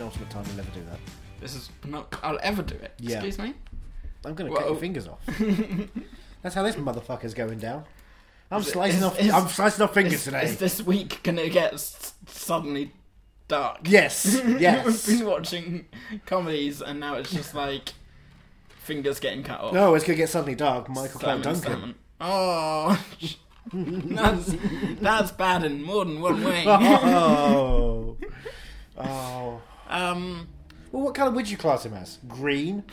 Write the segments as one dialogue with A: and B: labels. A: ultimate time I'll ever do that.
B: This is not. I'll ever do it.
A: Yeah.
B: Excuse me.
A: I'm gonna cut
B: Well-
A: your fingers off. That's how this motherfucker's going down. I'm
B: Is it-
A: slicing
B: is-
A: off.
B: is-
A: I'm slicing off fingers
B: Is,
A: today.
B: is this week gonna get s- suddenly dark?
A: Yes, yes.
B: We've been watching comedies, and now it's just like fingers getting cut off.
A: no, it's gonna get suddenly dark. Michael Clark
B: Simon,
A: Duncan.
B: Simon. Oh, that's that's bad in more than one way.
A: Oh. oh.
B: um,
A: Well, what colour would you class him as? Green.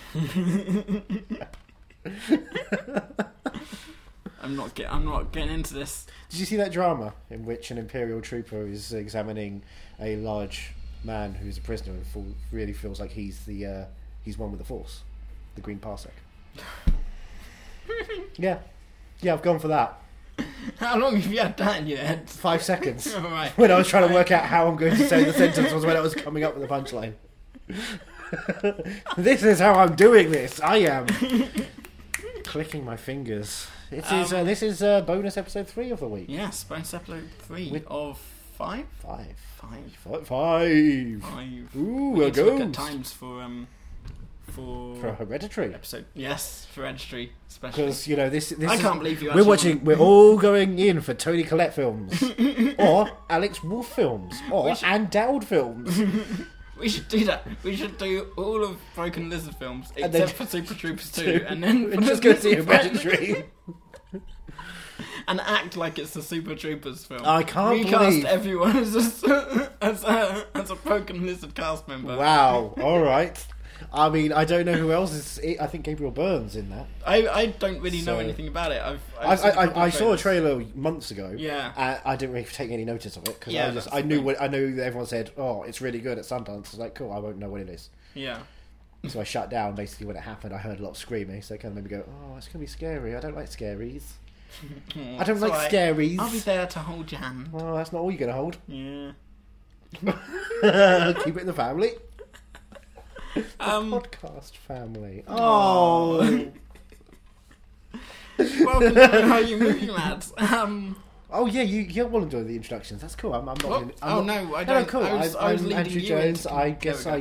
B: I'm not get, I'm not getting into this.
A: Did you see that drama in which an imperial trooper is examining a large man who's a prisoner and feel, really feels like he's the uh, he's one with the force, the green parsec. yeah, yeah, I've gone for that.
B: How long have you had that in your head?
A: Five seconds.
B: All right.
A: When I was trying to work out how I'm going to say the sentence was when I was coming up with the punchline. this is how I'm doing this. I am clicking my fingers. This is uh,
B: Um,
A: this is uh, bonus episode three of the week.
B: Yes, bonus episode three
A: With-
B: of five,
A: Five.
B: five,
A: Five. Five.
B: five.
A: Ooh,
B: We
A: a
B: need to look
A: goat.
B: at times for um for,
A: For Hereditary.
B: episode. Yes, for registry especially.
A: Because, you know, this, this
B: I
A: is-
B: can't believe you.
A: We're
B: actually-
A: watching, we're all going in for Tony Collette films. or Alex Wolf films. Or
B: Which-
A: Anne Dowd films.
B: We should do that. We should do all of Broken Lizard films
A: And
B: except
A: then-
B: for Super Troopers two, and then
A: We're just go see Hereditary.
B: and act like it's the Super Troopers film.
A: I can't
B: Recast
A: believe-
B: everyone as a, as a as a Broken Lizard cast member.
A: wow, alright. I mean, I don't know who else is. I think Gabriel Burns in that.
B: I, I don't really know
A: So-
B: anything about it. I've,
A: I,
B: I've
A: I,
B: seen couple
A: I, I
B: of
A: saw a
B: trailers.
A: trailer months ago.
B: Yeah.
A: I, I didn't really take any notice of it because
B: Yeah,
A: I just
B: that's
A: I
B: the
A: knew
B: thing.
A: what I knew. that Everyone said, "Oh, it's really good at Sundance." It's like, cool. I won't know what it is.
B: Yeah.
A: So I shut down basically when it happened. I heard a lot of screaming, so it kind of made me go, "Oh, it's gonna be scary. I don't like scaries. I don't
B: It's
A: like
B: alright.
A: scaries."
B: I'll be there to hold your hand.
A: Oh, that's not all you're gonna hold.
B: Yeah.
A: Keep it in the family.
B: Um.
A: Podcast family. Oh,
B: welcome to How You Movie Lads. Um.
A: oh yeah, you you will enjoy the introductions. That's cool. I'm, I'm not.
B: What?
A: gonna- I'm
B: Oh
A: not-
B: no, I
A: No,
B: don't.
A: no, cool.
B: I was,
A: I'm,
B: I was
A: I'm
B: leading
A: Andrew
B: you
A: Jones. I
B: into- There we
A: guess
B: go.
A: I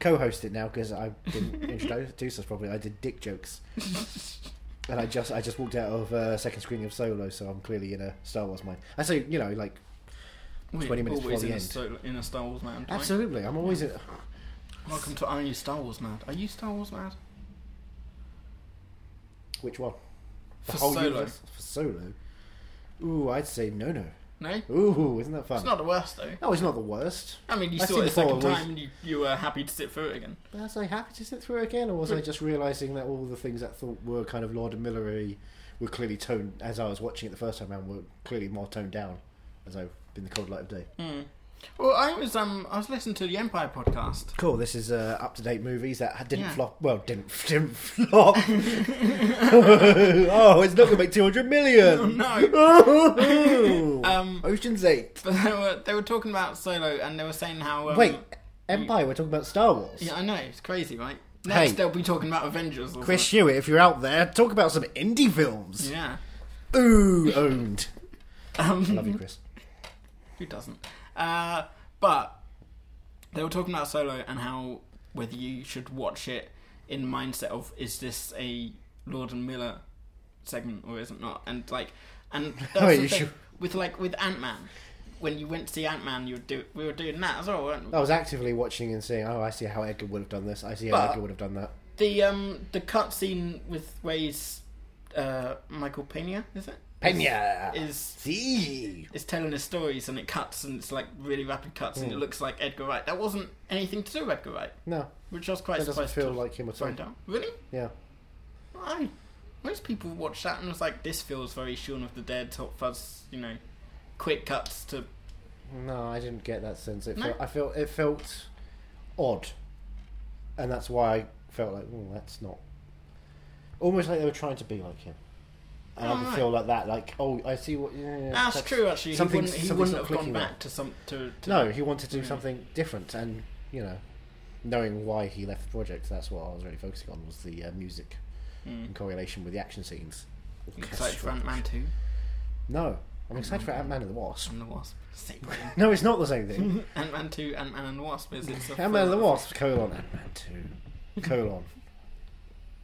A: co-host it now because I didn't introduce us properly. I did dick jokes, and I just I just walked out of uh, second screening of Solo, so I'm clearly in a Star Wars mind. I say you know like
B: We're
A: 20 minutes before
B: always
A: the
B: in a
A: end.
B: sto- in a Star Wars land. Absolutely.
A: absolutely. I'm always at,
B: Welcome to Are You Star Wars Mad? Are you Star Wars Mad?
A: which one
B: For Solo.
A: universe- for Solo. Ooh, I'd say no no.
B: No? It's
A: Ooh, isn't that fun?
B: not the worst though.
A: No, it's not the worst.
B: I mean, you
A: I've
B: saw
A: seen the
B: it a
A: four
B: second
A: of those.
B: time and you, you were happy to sit through it again.
A: But Was I happy to sit through it again, or was I just realizing that all the things that I thought were kind of Lord and Millery were clearly toned as I was watching it the first time round were clearly more toned down as I've been the cold light of day.
B: Well, I was um I was listening to the Empire podcast.
A: Cool. This is uh, up to date movies that didn't
B: Yeah.
A: flop. Well, didn't didn't flop. oh, it's not gonna make two hundred million. no.
B: Um,
A: Ocean's Eight.
B: but they were they were talking about Solo and they were saying how um,
A: Wait, Empire. We're talking about Star Wars.
B: Yeah, I know it's crazy, right?
A: Hey.
B: Next they'll be talking about Avengers. Or
A: Chris Hewitt, if you're out there, talk about some indie films.
B: something. Yeah.
A: Ooh, owned.
B: Um,
A: Love you, Chris.
B: Who doesn't? Uh, but they were talking about Solo and how whether you should watch it in mindset of is this a Lord and Miller segment or is it not? And like, and that was
A: Wait,
B: the
A: you
B: thing
A: should-
B: with like with Ant Man. When you went to see Ant Man, you were do we were doing that as well, weren't we?
A: I was actively watching and saying, "Oh, I see how Edgar would have done this. I see how
B: But-
A: Edgar would have done that."
B: The um the cutscene with Ray's uh, Michael Pena is it?
A: Pena,
B: Is
A: see,
B: is telling his stories and it cuts and it's like really rapid cuts
A: Hmm.
B: and it looks like Edgar Wright. That wasn't anything to do with Edgar Wright.
A: no,
B: Which I was quite
A: that doesn't
B: surprised
A: feel
B: to
A: like him at all.
B: find out. Really?
A: Yeah,
B: I most people watch that and was like, this feels very Shaun of the Dead, Hot Fuzz, you know, quick cuts to.
A: no, I didn't get that sense. It
B: No?
A: felt, I felt it felt odd, and that's why I felt like, "Oh, that's not." Almost like they were trying to be like him, and I
B: Oh,
A: could
B: right.
A: feel like that. Like, oh, I see what. Yeah, yeah,
B: That's, true, actually. He
A: something's-
B: wouldn't, he
A: something's
B: wouldn't have
A: not
B: gone
A: clicking
B: back
A: there.
B: to some to. to
A: No, he wanted to do
B: Mm.
A: something different, and you know, knowing why he left the project, that's what I was really focusing on was the uh, music
B: Mm.
A: in correlation with the action scenes.
B: Excited for Ant Man two.
A: No, I'm excited for Ant Man and the Wasp.
B: and the Wasp. Same thing.
A: No, it's not the same thing.
B: Ant Man two, Ant Man and the Wasp is it's a
A: Ant Man and the
B: full-
A: Wasp colon Ant Man two colon.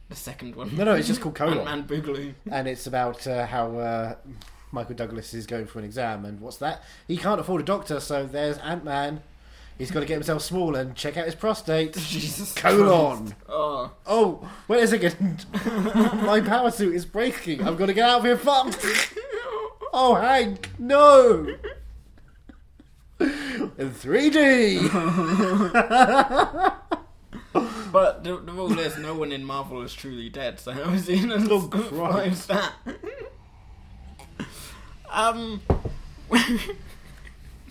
B: The second one.
A: No, no, it's just called
B: Ant
A: colon.
B: Man Boogaloo.
A: and it's about uh, how uh, Michael Douglas is going for an exam, and what's that? He can't afford a doctor, so there's Ant Man. He's got to get himself small and check out his prostate.
B: Jesus.
A: Colon.
B: Christ. Oh.
A: Oh, wait a second! My power suit is breaking. I've got to get out of here. Fuck! Oh, Hank, no! In 3D.
B: But the, the rule is, no one in Marvel is truly dead, so how is he in a
A: Oh,
B: Why is that? um. this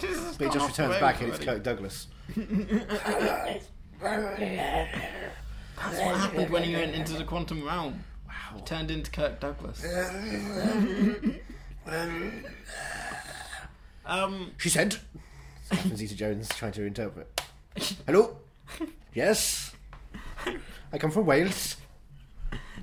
B: has
A: But he
B: gone
A: just
B: off
A: returns
B: road
A: back and it's
B: already.
A: Kirk Douglas.
B: That's what happened when he went into the quantum realm.
A: Wow.
B: Turned into Kirk Douglas. um.
A: She said. Happens Zeta Jones trying to interpret. Hello? Yes? I come from Wales.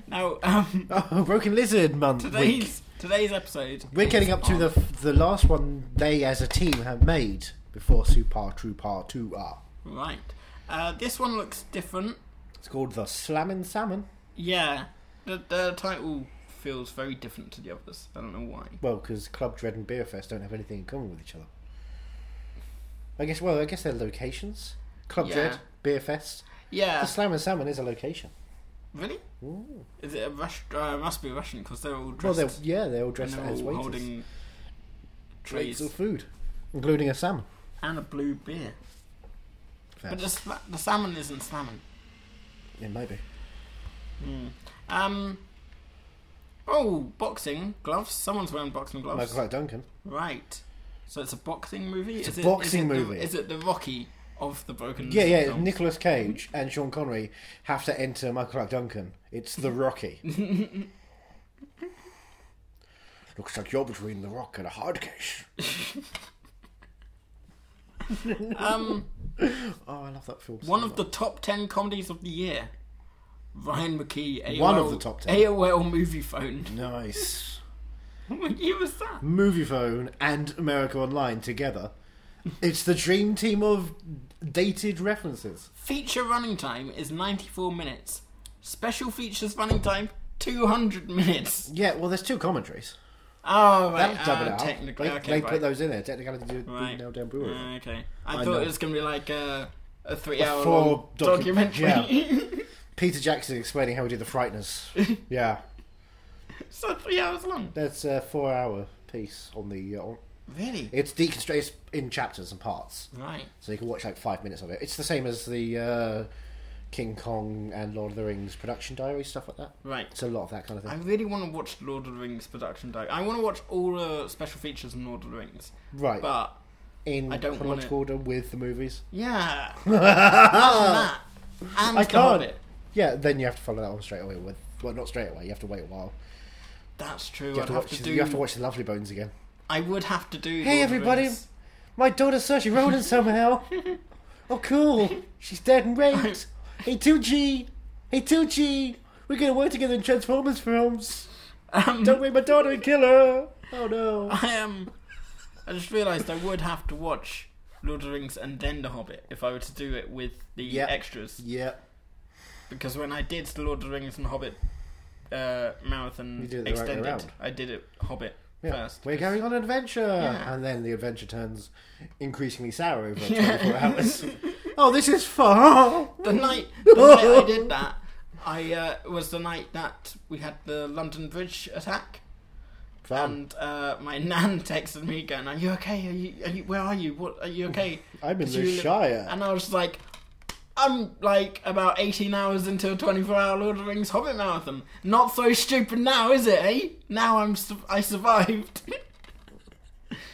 B: Now, um.
A: Oh, Broken Lizard month.
B: Today's
A: week.
B: today's episode.
A: We're
B: is
A: getting up to
B: on-
A: the the last one they as a team have made before Super Trooper 2 are.
B: right. Uh, this one looks different.
A: It's called The Slammin' Salmon.
B: Yeah, the the title feels very different to the others. I don't know why.
A: Well, because Club Dread and Beer Fest don't have anything in common with each other. I guess, well, I guess they're locations. Club
B: Yeah.
A: Dread, Beer Fest.
B: Yeah,
A: The Slammin' Salmon is a location.
B: really?
A: Ooh.
B: Is it a Rush? Uh, it must be Russian because they're all
A: Well,
B: dressed.
A: they're, yeah, they're all
B: and
A: dressed
B: they're
A: as
B: all
A: waiters.
B: holding
A: trays
B: trays
A: of food, including a salmon.
B: and a blue beer. But the, sla- the salmon isn't salmon.
A: It might be. Hmm.
B: Um. Oh, boxing gloves. Someone's wearing boxing gloves.
A: Michael Clark Duncan.
B: Right. So it's a boxing movie. It's
A: a
B: is it- is
A: boxing
B: it the-
A: movie.
B: is it the Rocky of the broken?
A: Yeah, yeah.
B: films?
A: Nicolas Cage and Sean Connery have to enter Michael Clark Duncan. It's the Rocky. Looks like you're between the rock and a hard case.
B: Um,
A: Oh, I love that film. so
B: one of
A: much.
B: the top ten comedies of the year. Ryan McKee. AOL,
A: One of the top 10.
B: AOL Movie Phone.
A: nice
B: what year was that?
A: movie phone and America Online together. It's the dream team of dated references.
B: Feature running time is 94 minutes. Special features running time 200 minutes.
A: Yeah, well, there's two commentaries.
B: Oh,
A: That
B: right.
A: would double
B: uh,
A: it up.
B: Technically,
A: They,
B: okay,
A: they
B: right.
A: put those in there. Technicality do
B: right.
A: nail down brewery.
B: Uh, okay, I,
A: I
B: thought
A: know.
B: it was gonna be like a, a three-hour
A: full
B: long
A: docu-
B: documentary.
A: Peter Jackson explaining how we did the frighteners. yeah,
B: it's not three hours long.
A: that's a four-hour piece on the. Uh, on-
B: Really?
A: it's deconstructed it's in chapters and parts,
B: Right.
A: so you can watch like five minutes of it. It's the same as the uh, King Kong and Lord of the Rings production diary stuff like that.
B: Right.
A: It's a lot of that kind of
B: I
A: thing.
B: really want to watch Lord of the Rings production day. I want to watch all the special features in Lord of the Rings,
A: right,
B: but
A: in
B: I don't
A: chronological order with the movies.
B: yeah, Imagine that and
A: I
B: The
A: can't.
B: Hobbit.
A: Yeah, then you have to follow that one straight away. With well, not straight away. You have to wait a while.
B: That's true.
A: You have,
B: I'd
A: to
B: have
A: watch,
B: to do.
A: you have to watch the Lovely Bones again.
B: I would have to do.
A: Hey,
B: Lord of the
A: everybody.
B: Rings.
A: My daughter says she wrote it somehow. oh, cool. She's dead and raped. Hey, 2G. Hey, 2G. We're going to work together in Transformers films.
B: Um,
A: Don't rape my daughter and kill her. Oh, no.
B: I Um, I just realised I would have to watch Lord of the Rings and then The Hobbit if I were to do it with the
A: Yeah.
B: extras.
A: Yeah.
B: Because when I did the Lord of the Rings and Hobbit uh, marathon
A: You did it the right way
B: extended,
A: around.
B: I did it Hobbit
A: yeah.
B: first.
A: We're going on an adventure.
B: Yeah.
A: And then the adventure turns increasingly sour over 24 hours. Oh, this is fun.
B: The night, the night I did that, I uh, was the night that we had the London Bridge attack.
A: Fun.
B: And uh, my nan texted me going, "Are you okay? Are you, are you where are you? What are you okay?"
A: I'm in
B: Did
A: the
B: you li-
A: Shire.
B: and I was like, "I'm like about 18 hours into a 24-hour Lord of the Rings Hobbit marathon. Not so stupid now, is it? Eh? Now I'm su- I survived."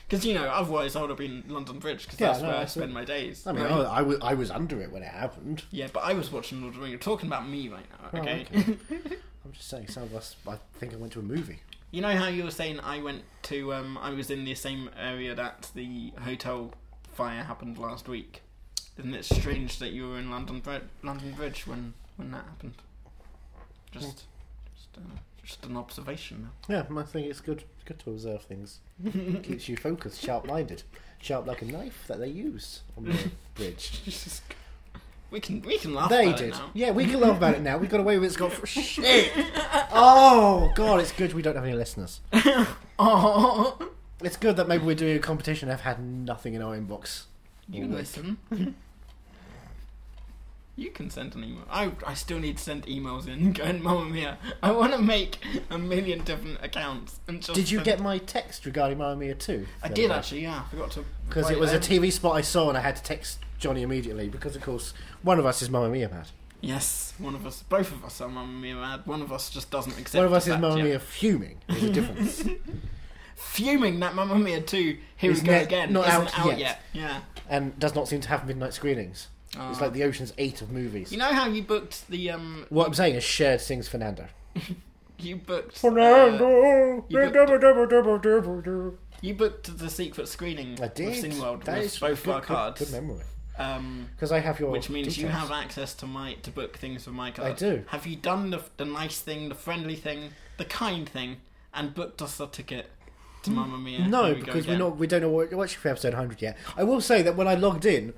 B: Because you know, otherwise I would have been London Bridge because
A: Yeah,
B: that's
A: no,
B: where I
A: that's it.
B: spend my days.
A: I mean,
B: right?
A: I, I, was, I was under it when it happened.
B: yeah, but I was watching Lord of the Rings. You're talking about me right now,
A: Oh,
B: okay?
A: okay. I'm just saying, some of us, I think I went to a movie.
B: You know how you were saying I went to, um, I was in the same area that the hotel fire happened last week. Isn't it strange that you were in London Bridge, London Bridge when, when that happened? Just, just uh, just an observation now.
A: Yeah, I think it's good. It's good to observe things. Keeps you focused, sharp-minded, sharp like a knife that they used on the bridge.
B: Jesus. We can we can laugh.
A: They
B: about It
A: did.
B: now.
A: Yeah, we can laugh about it now. We got away with it. It's gone for shit. Oh god, it's good we don't have any listeners.
B: Oh,
A: It's good that maybe we're doing a competition. and have had nothing in our inbox.
B: you
A: all week.
B: listen. you can send an email. I I still need to send emails in. Going, Mamma Mia, I want to make a million different accounts. And just
A: Did you
B: send-
A: get my text regarding Mamma Mia 2?
B: I did actually. Yeah, I forgot to.
A: Because
B: write
A: it was a
B: down.
A: TV spot I saw and I had to text Johnny immediately because, of course, one of us is Mamma Mia mad.
B: Yes, one of us, both of us are Mamma Mia mad. One of us just doesn't accept.
A: One of us
B: the
A: is
B: fact
A: Mamma
B: yet.
A: Mia fuming. There's a difference.
B: Fuming that Mamma Mia two. Here
A: Is
B: we go
A: net-
B: again.
A: not
B: isn't
A: out yet.
B: out yet. Yeah.
A: and does not seem to have midnight screenings.
B: Ah.
A: It's like the Ocean's 8 of movies.
B: You know how you booked the um.
A: what I'm saying is shared sings Fernando.
B: You booked. uh,
A: Fernando!
B: you booked-
A: double, double, double, double, double.
B: you booked the secret screening
A: I did.
B: with Cineworld
A: That
B: with
A: is
B: both
A: good,
B: our
A: good-
B: cards.
A: Good memory.
B: um,
A: Because I have your.
B: which means you
A: details.
B: have access to my to book things with my card.
A: I do.
B: Have you done the the nice thing, the friendly thing, the kind thing, and booked us a ticket to Mamma Mia?
A: No,
B: Here we go
A: because we're
B: again.
A: not. We don't know what what's for episode 100 yet. I will say that when I logged in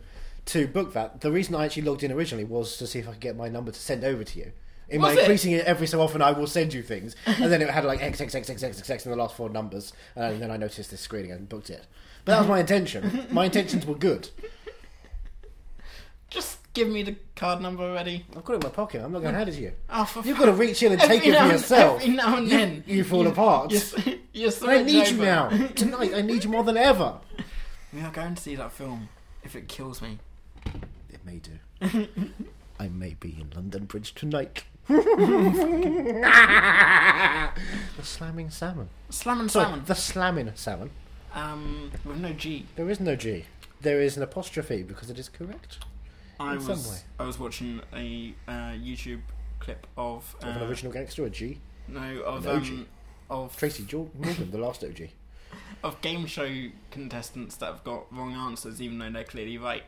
A: to book that, the reason I actually logged in originally was to see if I could get my number to send over to you. In my
B: Was it?
A: increasing it every so often, I will send you things, and then it had like x x x x x x x in the last four numbers, and then I noticed this screening and booked it. But that was my intention. My intentions were good.
B: Just give me the card number already.
A: I've got it in my pocket. I'm not going to hand it to you.
B: Oh, for
A: You've got to reach in and take it
B: now
A: for
B: and-
A: yourself.
B: Every now and then,
A: You fall apart.
B: You're, s- you're so
A: I need you
B: over.
A: now tonight. I need you more than ever.
B: We are going to see that film. If it kills me,
A: It may do. I may be in London Bridge tonight. the slamming salmon.
B: Slam and
A: Sorry,
B: Salmon.
A: the slamming salmon.
B: Um, with no G.
A: There is no G. There is an apostrophe because it is correct.
B: I
A: In
B: was
A: some way.
B: I was watching a uh, YouTube clip of, uh,
A: Of an original gangster, a G.
B: no of
A: an OG.
B: um, of
A: Tracy Jor- Morgan, the last OG.
B: of game show contestants that have got wrong answers even though they're clearly right.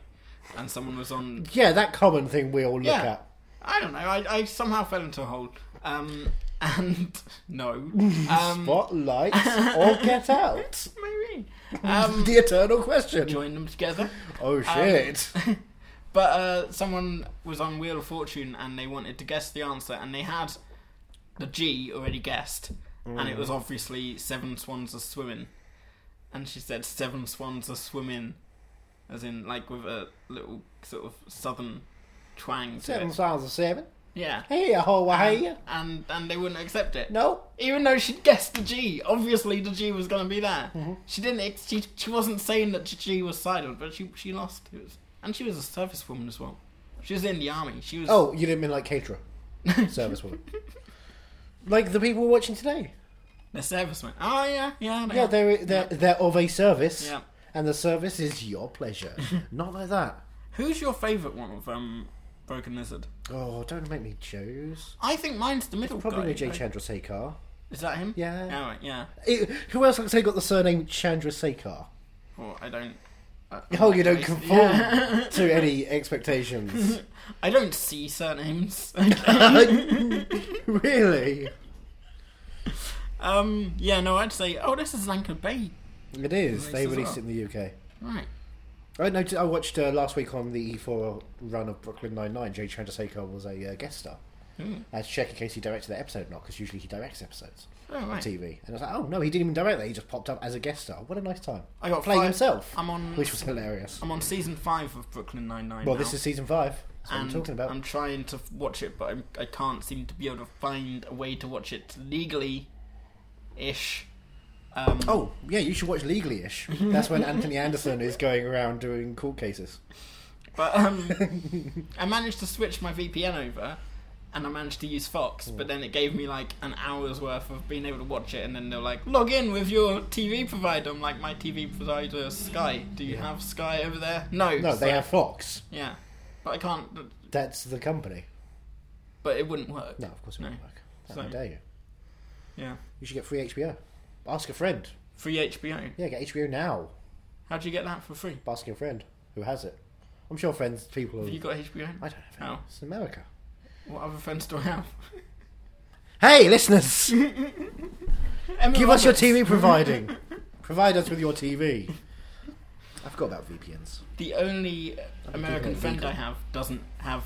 B: And someone was on.
A: Yeah, that common thing we all look
B: Yeah.
A: at.
B: I don't know. I, I somehow fell into a hole. Um, and no. Um,
A: Spotlight or get out.
B: maybe. Um,
A: the eternal question.
B: join them together.
A: Oh shit.
B: But uh, someone was on Wheel of Fortune and they wanted to guess the answer, and they had the G already guessed, and it was obviously Seven Swans Are Swimming. And she said, Seven Swans Are Swimming, as in, like, with a little sort of southern twang to
A: seven
B: it.
A: sounds of seven.
B: Yeah.
A: Hey, ho, hey.
B: And, and they wouldn't accept it.
A: No.
B: Even though she'd guessed the G, obviously the G was going to be there.
A: Mm-hmm.
B: She didn't. ex- She, she wasn't saying that the G was silent, but she she lost. It was, and she was a service woman as well. She was in the army. She was.
A: Oh, you didn't mean like caterer, service woman, like the people we're watching today.
B: the serviceman. Oh yeah, yeah,
A: Yeah, they're they're, they're of a service,
B: Yeah.
A: and the service is your pleasure. Not like that.
B: Who's your favourite one of um, Broken Lizard?
A: Oh, don't make me choose.
B: I think mine's the middle
A: Probably
B: guy.
A: Vijay
B: right?
A: Chandra Sekhar.
B: Is that him?
A: Yeah.
B: Oh, right, yeah.
A: It- who else looks like got the surname Chandra Sekhar?
B: Well, I don't. I-
A: Oh, you don't
B: I-
A: conform to any expectations.
B: I don't see surnames.
A: really?
B: um. Yeah. No. I'd say. Oh, this is Lanka Bay.
A: It is.
B: Nice
A: They
B: as
A: released
B: well.
A: it in the UK.
B: Right.
A: I noticed, I watched uh, last week on the E4 run of Brooklyn Nine Nine. Jay Chandrasekhar was a uh, guest star.
B: Hmm.
A: I had to check in case he directed that episode or not, because usually he directs episodes
B: Oh,
A: on
B: right.
A: TV. And I was like, oh no, he didn't even direct that. He just popped up as a guest star. What a nice time!
B: I got
A: playing
B: five-
A: himself,
B: I'm on.
A: which was hilarious.
B: I'm on season five of Brooklyn Nine Nine.
A: well, this is season five. That's what I'm talking about.
B: I'm trying to f- watch it, but I'm, I can't seem to be able to find a way to watch it legally, ish. Um,
A: Oh yeah, you should watch Legally Ish. That's when Anthony Anderson is going around doing court cases.
B: but um, I managed to switch my VPN over, and I managed to use Fox.
A: Hmm.
B: But then it gave me like an hour's worth of being able to watch it, and then they're like, "Log in with your TV provider." I'm like, "My TV provider is Sky. Do you
A: Yeah.
B: have Sky over there?" No.
A: No, they
B: So-
A: have Fox.
B: Yeah, but I can't.
A: That's the company.
B: But it wouldn't work.
A: No, of course it
B: No.
A: won't work. How
B: So-
A: dare you?
B: Yeah.
A: You should get free HBO. Ask a friend.
B: Free HBO.
A: Yeah, get HBO now.
B: How do you get that for free?
A: asking a friend who has it. I'm sure friends, people.
B: Have
A: Who,
B: you got HBO?
A: I don't have it.
B: Oh.
A: It's America.
B: What other friends do I have?
A: Hey, listeners,
B: Emma
A: give us your
B: Roberts.
A: TV providing. Provide us with your TV. I forgot about VPNs.
B: The only American
A: that
B: friend
A: legal.
B: I have doesn't have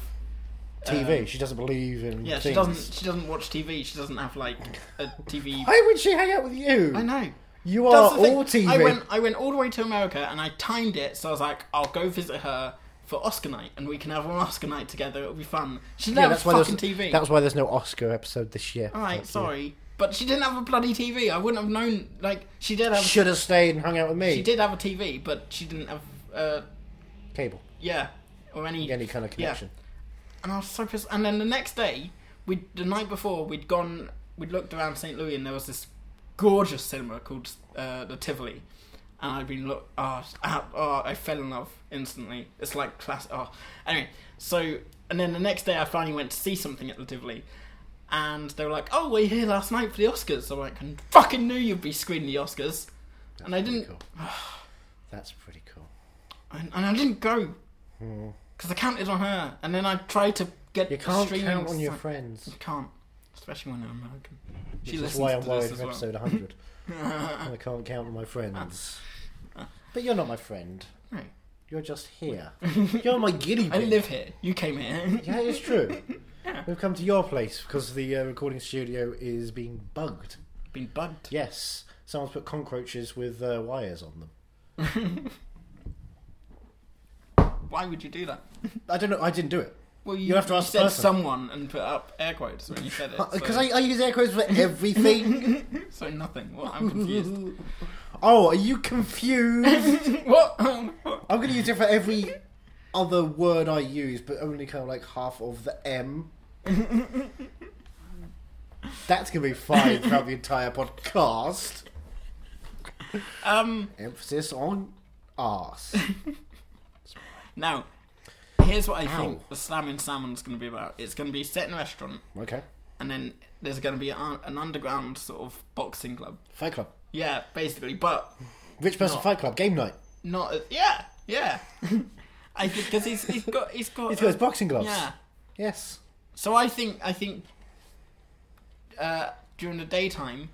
A: TV.
B: Um,
A: she doesn't believe in.
B: yeah,
A: things.
B: she doesn't. She doesn't watch TV. She doesn't have like a TV.
A: Why would she hang out with you?
B: I know.
A: You
B: That's
A: are
B: the thing.
A: all TV.
B: I went. I went all the way to America, and I timed it. So I was like, I'll go visit her for Oscar night, and we can have an Oscar night together. It'll be fun. She didn't
A: yeah,
B: have
A: that's
B: a
A: why there's
B: fucking TV.
A: that's why there's no Oscar episode this year.
B: all right,
A: Fuck you.
B: sorry, but she didn't have a bloody TV. I wouldn't have known. Like she did have.
A: Should have stayed and hung out with me.
B: She did have a TV, but she didn't have. Uh,
A: Cable,
B: yeah, or any.
A: any kind of connection.
B: And I was so pissed. And then the next day, we the night before, we'd gone, we'd looked around St. Louis, and there was this gorgeous cinema called uh, the Tivoli. And I'd been look, oh, I, oh, I fell in love instantly. It's like class. Oh, anyway. So, and then the next day, I finally went to see something at the Tivoli, and they were like, "Oh, were you here last night for the Oscars?" So I'm like, "I fucking knew you'd be screening the Oscars," and I
A: Pretty
B: didn't,
A: Cool. that's pretty cool.
B: and, and I didn't go because I counted on her, and then I tried to get
A: Hmm. You can't
B: streaming
A: count on your
B: site-
A: friends.
B: You can't, especially when they're American. She
A: Which is
B: listens
A: why
B: to
A: I'm worried
B: this as
A: for
B: well.
A: episode 100. I can't count on my friends. But you're not my friend.
B: No.
A: You're just here. You're my guinea pig.
B: I live here. You came here.
A: Yeah, it's true. We've come to your place because the uh, recording studio is being bugged.
B: Been bugged.
A: Yes, someone's put cockroaches with uh, wires on them.
B: Why would you do that?
A: I don't know. I didn't do it
B: Well, you,
A: You'll have to ask the
B: said
A: person.
B: someone and put up air quotes when you said it.
A: because
B: so,
A: Uh, I, I use air quotes for everything.
B: so nothing. Well, I'm confused.
A: oh, are you confused?
B: what?
A: I'm going to use it for every other word I use, but only kind of like half of the M. That's going to be fine throughout the entire podcast.
B: um.
A: Emphasis on arse.
B: Now, here's what I
A: Ow.
B: think the slamming salmon's going to be about. It's going to be set in a restaurant,
A: Okay.
B: and then there's going to be a, an underground sort of boxing club.
A: Fight Club.
B: Yeah, basically, but
A: Rich person
B: No.
A: Fight Club. Game night.
B: not. As, yeah, yeah. I think because he's he's got he's got
A: He's got his
B: uh,
A: boxing gloves.
B: Yeah.
A: Yes.
B: So I think I think uh, during the daytime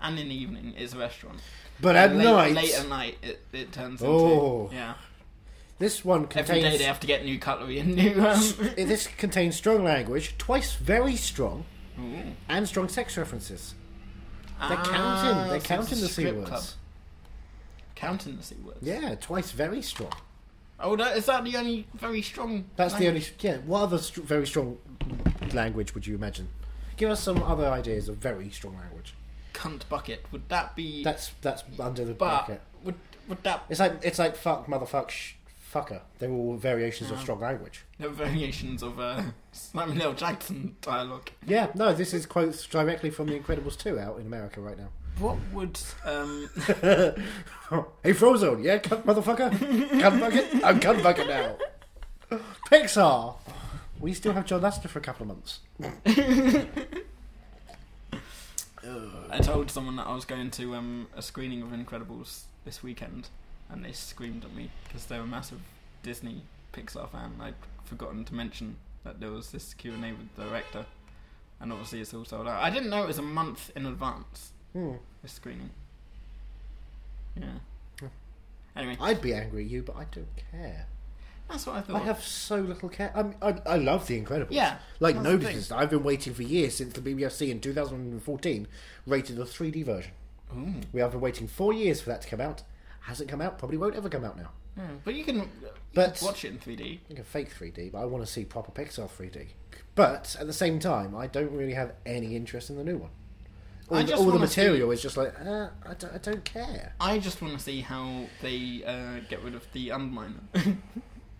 B: and in the evening is a restaurant.
A: But at
B: And late,
A: night,
B: late at night, it, it turns
A: Oh.
B: into yeah.
A: this one
B: Every day
A: contains
B: they have to get new cutlery and new. Um,
A: this contains strong language, twice very strong,
B: Ooh.
A: and strong sex references. They're
B: Mm. Ah,
A: counting. They're
B: so
A: counting
B: it's a
A: the c
B: strip
A: words.
B: club. Counting the c words.
A: Yeah, twice very strong.
B: Oh, that, is that the only very strong?
A: That's the
B: language?
A: only. Yeah, what other st- very strong language would you imagine? Give us some other ideas of very strong language.
B: cunt bucket. Would that be?
A: That's that's under the
B: but
A: bracket.
B: would would that
A: It's like it's like fuck, motherfuck, sh- fucker. They're all variations of strong language.
B: the variations of a Samuel L. Jackson dialogue?
A: Yeah, no, this is quotes directly from The Incredibles 2 out in America right now.
B: What would um?
A: hey, Frozone, yeah, cunt motherfucker, cunt bucket, I'm cunt bucket now. Pixar, we still have John Lasseter for a couple of months.
B: I told someone that I was going to um a screening of Incredibles this weekend, and they screamed at me because they're a massive Disney Pixar fan. I'd forgotten to mention that there was this Q and A with the director, and obviously it's all sold out. I didn't know it was a month in advance.
A: Hmm.
B: This screening. Yeah. Anyway,
A: I'd be angry at you, but I don't care.
B: that's what I thought.
A: I have so little care. I, mean, I, I love The Incredibles.
B: Yeah,
A: Like,
B: that's the
A: nobody's.
B: thing.
A: I've been waiting for years since the BBC in 2014 rated the 3D version.
B: Ooh.
A: We have been waiting four years for that to come out. Hasn't come out, probably won't ever come out now.
B: Yeah, but you can you
A: But-
B: can watch it in 3D.
A: I think a fake 3D, but I want to see proper Pixar 3D. But at the same time, I don't really have any interest in the new one. All,
B: I
A: the-
B: just
A: all the
B: wanna see-
A: material is just like, uh, I, don't, I don't care.
B: I just want to see how they uh, get rid of the underminer.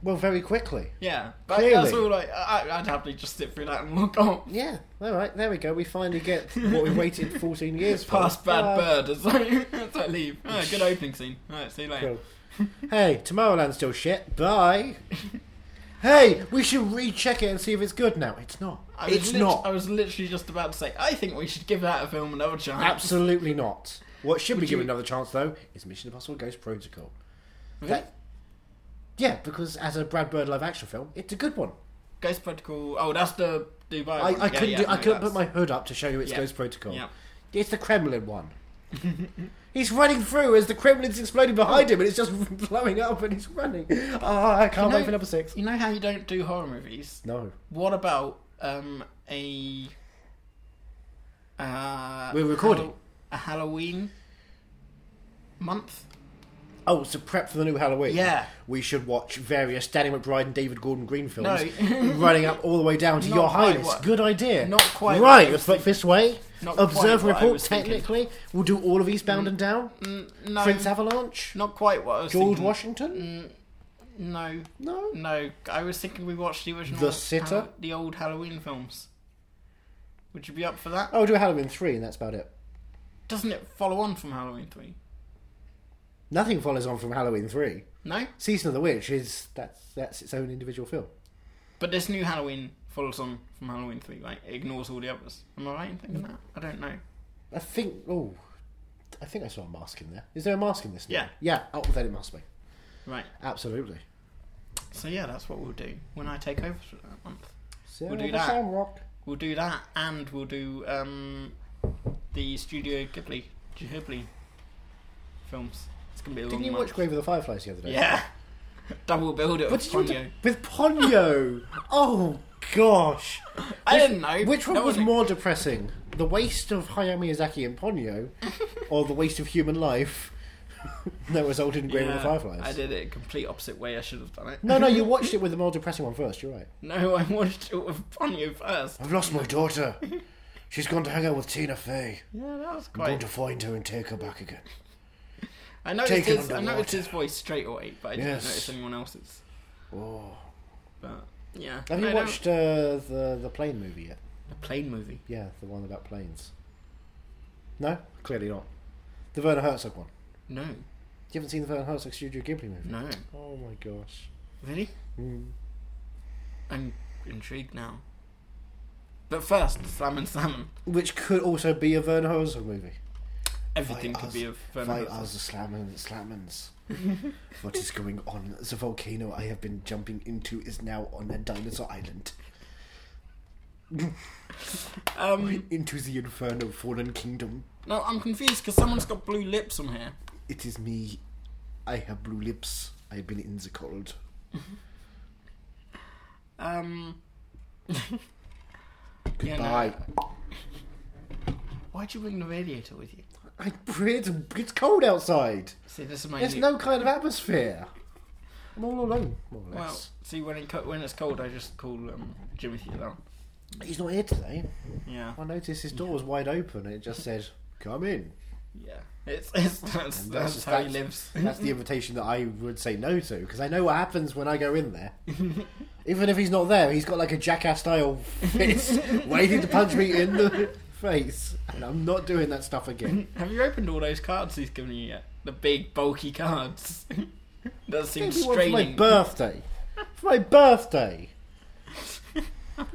A: Well, very quickly.
B: yeah, but that's
A: Clearly.
B: all. Like I, I'd happily just sit through that and look on.
A: Yeah, all right, there we go. We finally get what we waited 14 years for.
B: Past Bad
A: Uh,
B: Bird as I, as I leave. Ah, good opening scene. Alright, see you later.
A: cool. hey, Tomorrowland's still shit. Bye. hey, we should recheck it and see if it's good now. It's not.
B: I was
A: It's
B: lit-
A: not.
B: I was literally just about to say, I think we should give that a film another chance.
A: Absolutely not. What should be given
B: you-
A: another chance, though, is Mission Impossible Ghost Protocol.
B: Really?
A: That, yeah, because as a Brad Bird live action film, it's a good one.
B: Ghost Protocol. Oh, that's the Dubai.
A: I,
B: one.
A: I
B: Yeah,
A: couldn't
B: yeah,
A: do,
B: no,
A: I couldn't
B: that's-
A: put my hood up to show you it's
B: Yeah.
A: Ghost Protocol.
B: Yeah.
A: It's the Kremlin one. he's running through as the Kremlin's exploding behind him, and it's just blowing up, and he's running. Ah, I can't
B: Oh. You know-
A: wait for number six.
B: You know how you don't do horror movies?
A: No,
B: What about um a uh
A: We're recording.
B: Hall- a Halloween month?
A: Oh, so prep for the new Halloween.
B: Yeah.
A: We should watch various Danny McBride and David Gordon Green films
B: No.
A: running up all the way down to
B: Not
A: Your
B: quite
A: Highness.
B: what-
A: Good idea.
B: not quite what
A: Right,
B: I
A: let's
B: was
A: look this way.
B: Not
A: Observe
B: quite what I
A: report,
B: was thinking.
A: technically. We'll do all of Eastbound and Down.
B: Mm, no,
A: Prince Avalanche.
B: not quite what I was
A: George
B: thinking.
A: Washington.
B: Mm, no,
A: No.
B: no. I was thinking we watched the original,
A: The Sitter?
B: Hall- the old Halloween films. Would you be up for that?
A: Oh, we'll do Halloween 3, and that's about it.
B: Doesn't it follow on from Halloween three?
A: Nothing follows on from Halloween 3.
B: No,
A: Season of the Witch is. That's, that's its own individual film.
B: but this new Halloween follows on from Halloween three, right? It ignores all the others. Am I right in
A: Mm.
B: thinking that? I don't know.
A: I think. Oh. I think I saw a mask in there. Is there a mask in this? now?
B: Yeah.
A: Yeah, oh, then it must be.
B: Right.
A: Absolutely.
B: So yeah, that's what we'll do when I take over for that month.
A: Sarah
B: We'll do
A: the
B: that.
A: Shamrock.
B: We'll do that, and we'll do um, the Studio Ghibli, Ghibli films. It's gonna be a long
A: Didn't you
B: month.
A: watch Grave of the Fireflies the other day?
B: Yeah. Double build it
A: What
B: with
A: did you do-
B: Ponyo.
A: with Ponyo? oh gosh.
B: I didn't know.
A: Which one
B: No
A: was
B: one-
A: more depressing? The waste of Hayao Miyazaki and Ponyo, or the waste of human life that resulted in Grave of
B: Yeah,
A: the Fireflies?
B: I did it complete opposite way. I should have done it.
A: No, no, you watched it with the more depressing one first. You're right.
B: No, I watched it with Ponyo first.
A: I've lost my daughter. She's gone to hang out with Tina Fey.
B: Yeah, that was
A: I'm going
B: quite.
A: to find her and take her back again.
B: I noticed
A: take it
B: his. I
A: underwater.
B: noticed his voice straight away, but I didn't
A: Yes.
B: notice anyone else's.
A: Oh.
B: But yeah.
A: Have you
B: I don't-
A: watched uh, the the plane movie yet?
B: a plane movie?
A: Yeah, the one about planes. No, clearly not. The Werner Herzog one.
B: No,
A: You haven't seen the Werner Herzog Studio Ghibli movie?
B: no.
A: Oh my gosh.
B: Really?
A: Mm.
B: I'm intrigued now. But first, Salmon Salmon.
A: Which could also be a Werner Herzog movie.
B: Everything
A: Fight
B: could
A: us.
B: be of
A: Fight
B: Fernando.
A: us, slammins, slammins. what is going on? The volcano I have been jumping into is now on a dinosaur island.
B: Um,
A: Into the inferno fallen kingdom.
B: no, I'm confused because someone's got blue lips on here.
A: It is me. I have blue lips. I have been in the cold.
B: Um, Yeah, no.
A: Goodbye.
B: why'd you bring the radiator with you?
A: I, it's, it's cold outside.
B: See, this is my
A: There's
B: new-
A: no kind of atmosphere. I'm all alone, more or
B: Well,
A: less.
B: see, when it co- when it's cold, I just call um, Jimothy along.
A: He's not here today.
B: Yeah,
A: I noticed his door was wide open and it just said, Come in.
B: yeah. It's, it's that's,
A: And that's-
B: that's, how he
A: that's-
B: lives.
A: That's the invitation that I would say no to because I know what happens when I go in there. Even if he's not there, he's got like a jackass style fist waiting to punch me in the face. And I'm not doing that stuff again.
B: Have you opened all those cards he's given you yet? The big bulky cards. that
A: Gave
B: seems
A: me one for my
B: straining.
A: birthday. For my birthday.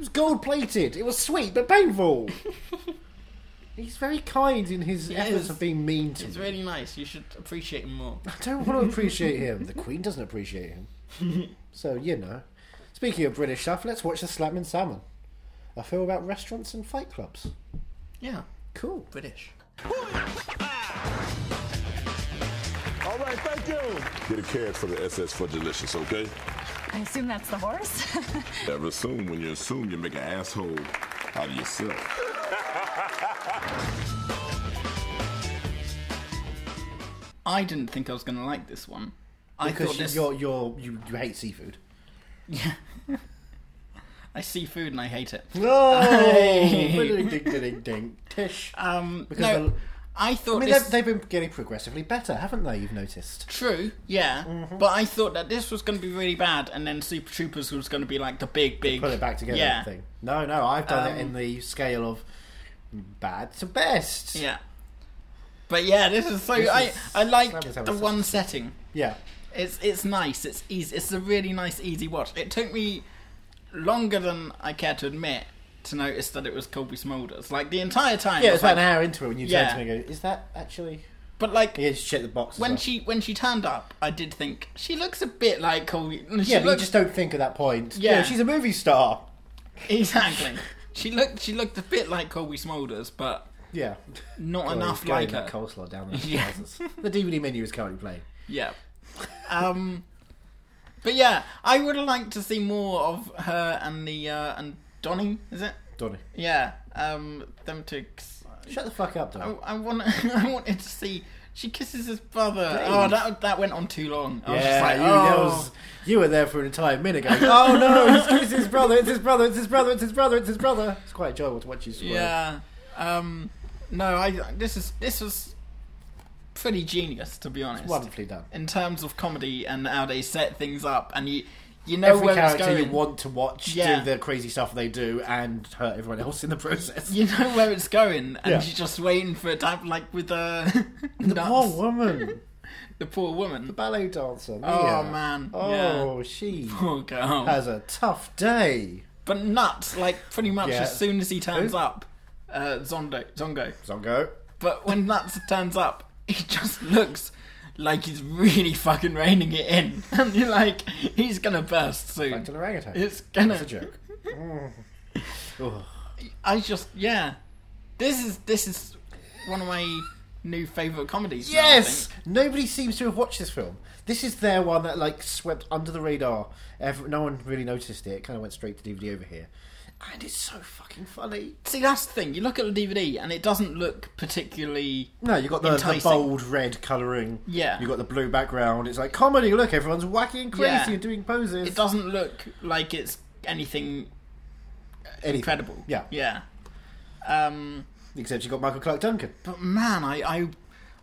A: It was gold plated. It was sweet but painful. He's very kind in his
B: He
A: efforts
B: is.
A: of being mean to
B: It's
A: me.
B: really nice. You should appreciate him more.
A: I don't want to appreciate him. The Queen doesn't appreciate him. So, you know. Speaking of British stuff, let's watch The Slapman Salmon. A film about restaurants and fight clubs.
B: Yeah,
A: Cool.
B: British.
C: All right, thank you.
D: Get a carrot for the SS for delicious, okay?
E: I assume that's the horse.
D: Never assume. When you assume, you make an asshole out of yourself.
B: I didn't think I was going to like this one. I
A: Because
B: thought this.
A: you're, you're, you, you hate seafood.
B: I see food and I hate it.
A: No!
B: Hey.
A: ding, ding, ding, ding. Tish.
B: Um,
A: Because
B: no,
A: the-
B: I thought
A: I mean,
B: this
A: they've, they've been getting progressively better, haven't they? You've noticed.
B: true. Yeah,
A: Mm-hmm.
B: but I thought that this was going to be really bad, and then Super Troopers was going to be like the big, big.
A: Put it back together
B: Yeah,
A: thing. No, no, I've done it
B: Um,
A: in the scale of bad to best.
B: yeah. But yeah, this is so.
A: This
B: I
A: is-
B: I like
A: that was how
B: the
A: it's-
B: one setting.
A: Yeah.
B: It's it's nice. It's easy. It's a really nice, easy watch. It took me longer than I care to admit to notice that it was Colby Smulders. Like the entire time.
A: Yeah,
B: I
A: it's
B: was
A: about
B: like-
A: an hour into it when you
B: Yeah.
A: turn to me and go, is that actually...
B: But like
A: Yeah, just check the box. as
B: when
A: well.
B: she when she turned up, I did think she looks a bit like Colby. She
A: Yeah, but you
B: looks,
A: just don't think at that point.
B: Yeah.
A: Yeah, she's a movie star.
B: exactly. She looked she looked a bit like Colby Smulders, but
A: Yeah.
B: not
A: Well,
B: enough
A: he's going
B: like
A: that
B: her.
A: coleslaw down there.
B: Yeah.
A: the DVD menu is currently playing.
B: Yeah. Um. But yeah, I would have liked to see more of her and the uh, and Donnie. Is it?
A: Donnie.
B: Yeah. Um. Them two. 'cause
A: Shut the fuck up, Donnie.
B: I, I want. I wanted to see. She kisses his brother.
A: Please.
B: Oh, that that went on too long. I was
A: yeah,
B: just like,
A: you, that
B: oh.
A: was, you were there for an entire minute going, oh no, he's kissed his brother, it's his brother, it's his brother, it's his brother, it's his brother. It's quite enjoyable to watch you swear.
B: Yeah. Um. No, I. This is this was pretty genius, to be honest.
A: Wonderfully done.
B: in terms of comedy and how they set things up, and you you know
A: Every
B: where it's
A: character you
B: going.
A: want to watch
B: Yeah.
A: do the crazy stuff they do and hurt everyone else in the process.
B: you know where it's going, and
A: Yeah.
B: you're just waiting for it to happen, like with the
A: The poor woman.
B: the poor woman.
A: Ballet dancer.
B: Oh,
A: Mia.
B: man.
A: Oh, she
B: Poor girl.
A: has a tough day.
B: but nuts, like pretty much
A: Yeah.
B: as soon as he turns
A: Who?
B: up, uh, Zondo, Zongo.
A: Zongo.
B: But when nuts turns up, he just looks like he's really fucking reining it in, and you're like, he's gonna burst soon.
A: Back to the orangutan.
B: It's gonna.
A: That's a joke. Oh.
B: I just yeah. This is this is one of my new favorite comedies. now, I
A: Yes,
B: think.
A: nobody seems to have watched this film. This is their one that like swept under the radar. Ever, no one really noticed it. It kind of went straight to DVD over here, and it's so fucking funny.
B: See that's the thing. You look at the DVD and it doesn't look particularly.
A: No, you got the, the
B: Enticing.
A: bold red coloring.
B: Yeah.
A: you got the blue background. It's like comedy. Look, everyone's wacky and crazy
B: Yeah.
A: and doing poses.
B: It doesn't look like it's anything
A: Anything.
B: credible.
A: Yeah.
B: Yeah. Um.
A: Except you got Michael Clark Duncan.
B: But man, I I.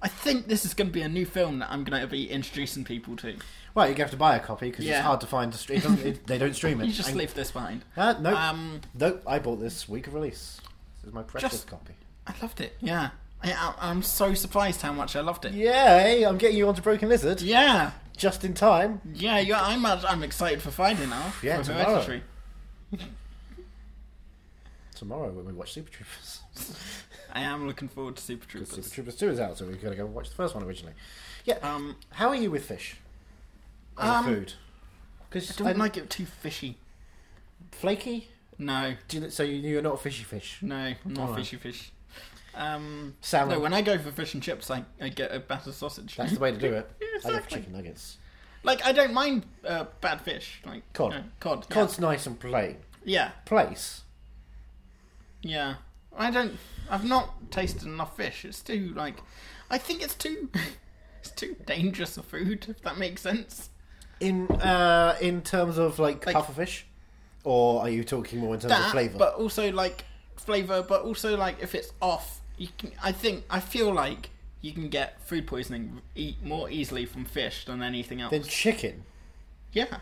B: I think this is going to be a new film that I'm going to be introducing people to.
A: Well, you have to buy a copy because
B: Yeah.
A: it's hard to find. It doesn't, it, they don't stream it.
B: You just
A: And-
B: leave this behind.
A: Uh, nope.
B: Um,
A: nope. I bought this week of release. This is my precious
B: Just-
A: copy.
B: I loved it. Yeah. I, I, I'm so surprised how much I loved it.
A: Yay! I'm getting you onto Broken Lizard
B: Yeah.
A: just in time.
B: Yeah, yeah, I'm I'm excited for Friday now.
A: Yeah,
B: for
A: tomorrow.
B: Hereditary.
A: tomorrow when we watch Super Troopers.
B: I am looking forward to Super Troopers.
A: Super Troopers 2 is out, so we're going to go watch the first one originally. Yeah.
B: Um,
A: How are you with fish? As a
B: Um,
A: food?
B: I
A: Because
B: don't like it too fishy.
A: flaky.
B: No,
A: Do you, so you, you're not a fishy fish.
B: no, not
A: Alright.
B: fishy fish. Um,
A: Salmon.
B: No, when I go for fish and chips, I, I get a batter sausage.
A: That's the way to do it. I love
B: Exactly.
A: chicken nuggets.
B: Like I don't mind uh, bad fish, like
A: Cod.
B: you know, cod, yeah.
A: Cod's nice and plain.
B: Yeah,
A: Place.
B: yeah. I don't. I've not tasted enough fish. It's too like. I think it's too. it's too dangerous a food. If that makes sense.
A: In uh, in terms of like,
B: Like-
A: pufferfish, or are you talking more in terms of
B: that,
A: flavour?
B: but also like flavor, but also like if it's off, you can. I think I feel like you can get food poisoning eat more easily from fish than anything else.
A: Then chicken.
B: yeah,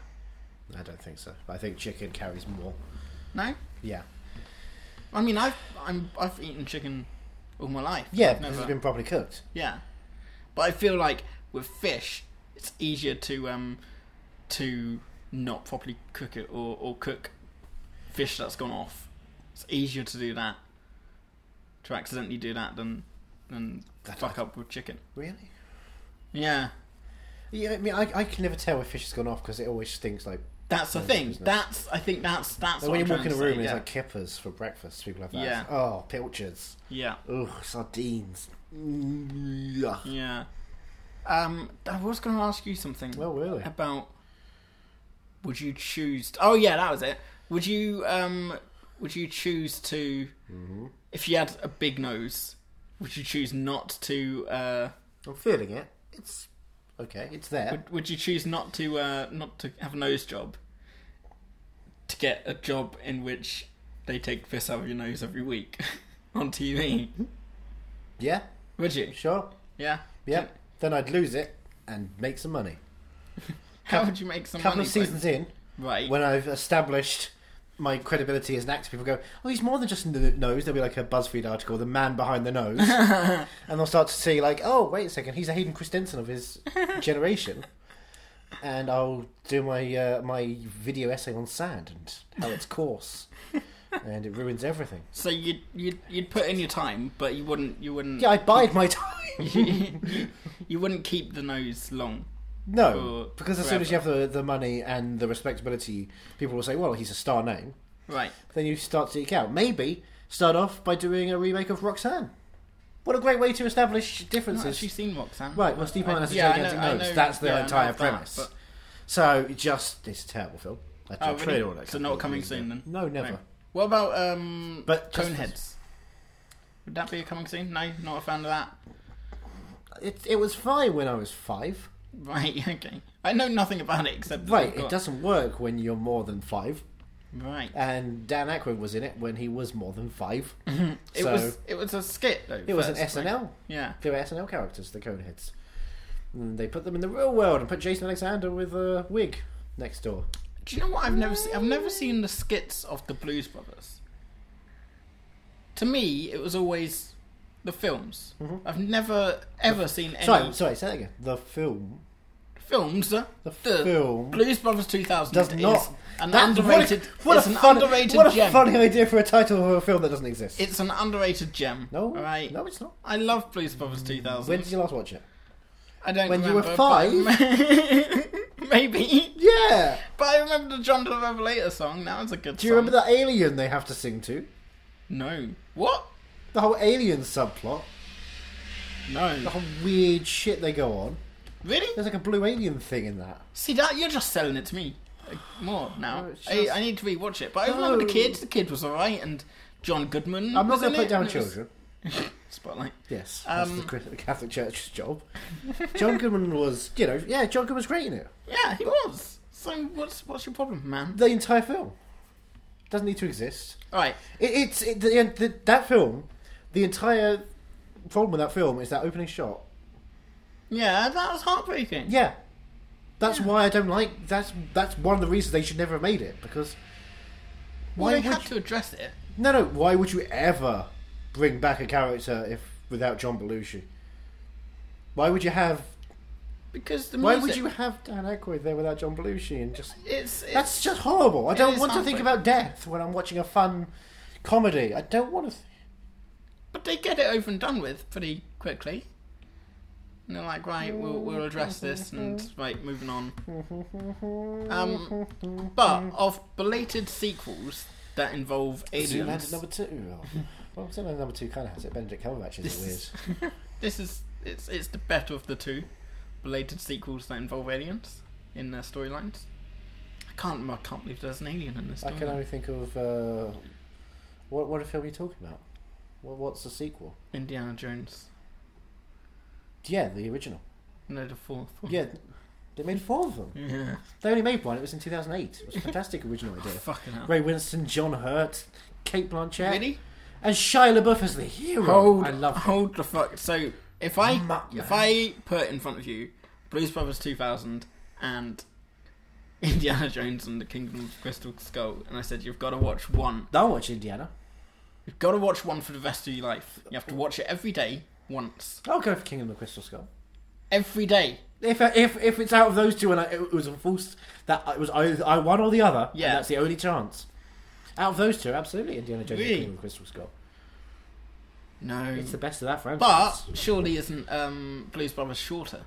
A: I don't think so. I think chicken carries more.
B: no.
A: Yeah.
B: I mean, I've I'm I've eaten chicken all my life.
A: Yeah,
B: I've
A: because
B: never-
A: it's been properly cooked.
B: yeah, but I feel like with fish, it's easier to um to not properly cook it or or cook fish that's gone off. It's easier to do that to accidentally do that than than fuck up with chicken.
A: Really?
B: Yeah,
A: Yeah, I mean, I, I can never tell if fish has gone off because it always stinks like.
B: that's the
A: Yeah,
B: thing.
A: isn't it?
B: That's I think that's that's
A: when
B: what
A: you
B: I'm
A: walk in a
B: trying to
A: room,
B: say,
A: and it's
B: yeah.
A: like kippers for breakfast, people like that.
B: Yeah.
A: Oh, pilchards.
B: yeah,
A: Ugh, sardines. Mm, yuck.
B: yeah. Um, I was going to ask you something.
A: Well, really?
B: about would you choose? Oh yeah, that was it. Would you um would you choose to
A: Mm-hmm.
B: if you had a big nose? Would you choose not to? Uh,
A: I'm feeling it. It's okay. It's there.
B: would, would you choose not to uh, not to have a nose job? To get a job in which they take the piss out of your nose every week on TV,
A: Mm-hmm. Yeah.
B: would you?
A: Sure.
B: Yeah.
A: Yeah. Then I'd lose it and make some money.
B: How would you make some
A: couple
B: money?
A: of
B: by-
A: seasons in,
B: right?
A: when I've established my credibility as an actor, people go, "Oh, he's more than just in the nose." There'll be like a BuzzFeed article, "The Man Behind the Nose," and they'll start to see like, "Oh, wait a second, he's a Hayden Christensen of his generation." And I'll do my uh, my video essay on sand and how it's coarse, and it ruins everything.
B: so you'd, you'd you'd put in your time, but you wouldn't you wouldn't
A: Yeah, I bide my time.
B: you, you wouldn't keep the nose long.
A: No,
B: For
A: because as soon as you have the, the money and the respectability, people will say, "Well, he's a star name."
B: Right.
A: Then you start to eke out. Maybe start off by doing a remake of Roxanne. What a great way to establish
B: I've
A: differences.
B: actually seen Roxanne.
A: Right, well, Steve Martin has to
B: yeah,
A: take
B: I know-
A: editing
B: I
A: notes.
B: know-
A: That's the
B: yeah, I
A: entire
B: know that,
A: premise.
B: but-
A: So, just it's a terrible film. I
B: Oh,
A: tried
B: really?
A: all that
B: So
A: couple
B: not
A: of
B: coming
A: years
B: soon
A: ago.
B: then.
A: No, never.
B: Right. What about um
A: But just-
B: Coneheads? Would that be a coming soon? No, not a fan of that.
A: It it was fine when I was five.
B: Right, okay. I know nothing about it except that
A: Right,
B: I've got-
A: it doesn't work when you're more than five.
B: Right,
A: And Dan Aykroyd was in it when he was more than five.
B: it
A: so
B: was it was a skit though.
A: it was an
B: first, right?
A: SNL.
B: Yeah,
A: They were SNL characters, the Coneheads. And they put them in the real world and put Jason Alexander with a wig next door.
B: do you know what I've never seen? I've never seen the skits of the Blues Brothers. To me, it was always the films. I've never ever seen any
A: Mm-hmm. Sorry, sorry, say that again. The film
B: films. The,
A: film
B: Blues Brothers 2000
A: does
B: is
A: not.
B: an
A: That's-
B: underrated.
A: What a, what
B: it's
A: a
B: an
A: fun-
B: underrated
A: What a
B: gem.
A: funny idea for a title of a film that doesn't exist.
B: It's an underrated gem.
A: no,
B: all right.
A: no, it's not.
B: I love Blues Brothers 2000.
A: When did you last watch it?
B: I don't
A: when you were
B: remember, but- Maybe.
A: Yeah.
B: But I remember the John the Revelator song. That was a good
A: Do you remember that alien they have to sing to?
B: No. What?
A: The whole alien subplot,
B: No.
A: the whole weird shit they go on.
B: Really?
A: There's like a blue alien thing in that.
B: See that? You're just selling it to me. Like, more now.
A: No, it's
B: I,
A: just-
B: I need to rewatch it. But I remember the
A: No.
B: kid. The kid was alright, and John Goodman.
A: I'm not
B: was
A: going to
B: in
A: put
B: it,
A: down
B: and it was-
A: children.
B: Spotlight.
A: Yes,
B: Um,
A: that's the, Chris- the Catholic Church's job. John Goodman was, you know, yeah, John Goodman's great in it.
B: Yeah, he was. So what's what's your problem, man?
A: The entire film doesn't need to exist.
B: Alright.
A: It, it's it, the, the, that film. The entire problem with that film is that opening shot.
B: Yeah, that was heartbreaking.
A: Yeah, that's why I don't like. That's that's one of the reasons they should never have made it because.
B: Well,
A: Why
B: they
A: would
B: had
A: you,
B: to address it.
A: no no? Why would you ever bring back a character if without John Belushi? Why would you have?
B: Because the
A: Why
B: music.
A: would you have Dan Aykroyd there without John Belushi and just?
B: It's, it's
A: That's just horrible. I don't
B: is
A: want to think about
B: heartbreaking.
A: death when I'm watching a fun comedy. I don't want to. Th-
B: But they get it over and done with pretty quickly. And they're like, right, we'll, we'll address this and, right, moving on. Um, but of belated sequels that involve
A: Zoolander
B: aliens,
A: number two. Oh, Well, Zoolander number two kind of has it. Benedict Cumberbatch is
B: This
A: it weird.
B: is- this is it's it's the better of the two belated sequels that involve aliens in their storylines. I can't I can't believe there's an alien in this.
A: I can
B: storyline.
A: only think of uh, what what film are you talking about? What, what's the sequel?
B: Indiana Jones.
A: Yeah, the original.
B: No, the fourth one.
A: Yeah, they made four of them.
B: Yeah.
A: They only made one. It was in 2008. It was a fantastic original idea.
B: Fucking hell.
A: Ray Winston, John Hurt, Kate Blanchett,
B: Really?
A: and Shia LaBeouf as the hero.
B: Hold,
A: I love. him.
B: hold the fuck. So if I
A: Ma-
B: if I put in front of you Blues Brothers 2000 and Indiana Jones and the Kingdom of Crystal Skull, and I said you've got to watch one,
A: Don't watch Indiana.
B: you've got to watch one for the rest of your life. You have to watch it every day, once,
A: I'll go for Kingdom of the Crystal Skull.
B: every day.
A: If if if it's out of those two and I, it was a false that it was either I one or the other, yeah,
B: Yeah.
A: that's the only chance. Out of those two, absolutely, Indiana Jones
B: Really?
A: and Kingdom of the Crystal Skull.
B: No,
A: It's the best of that franchise.
B: but surely isn't um, Blues Brothers shorter?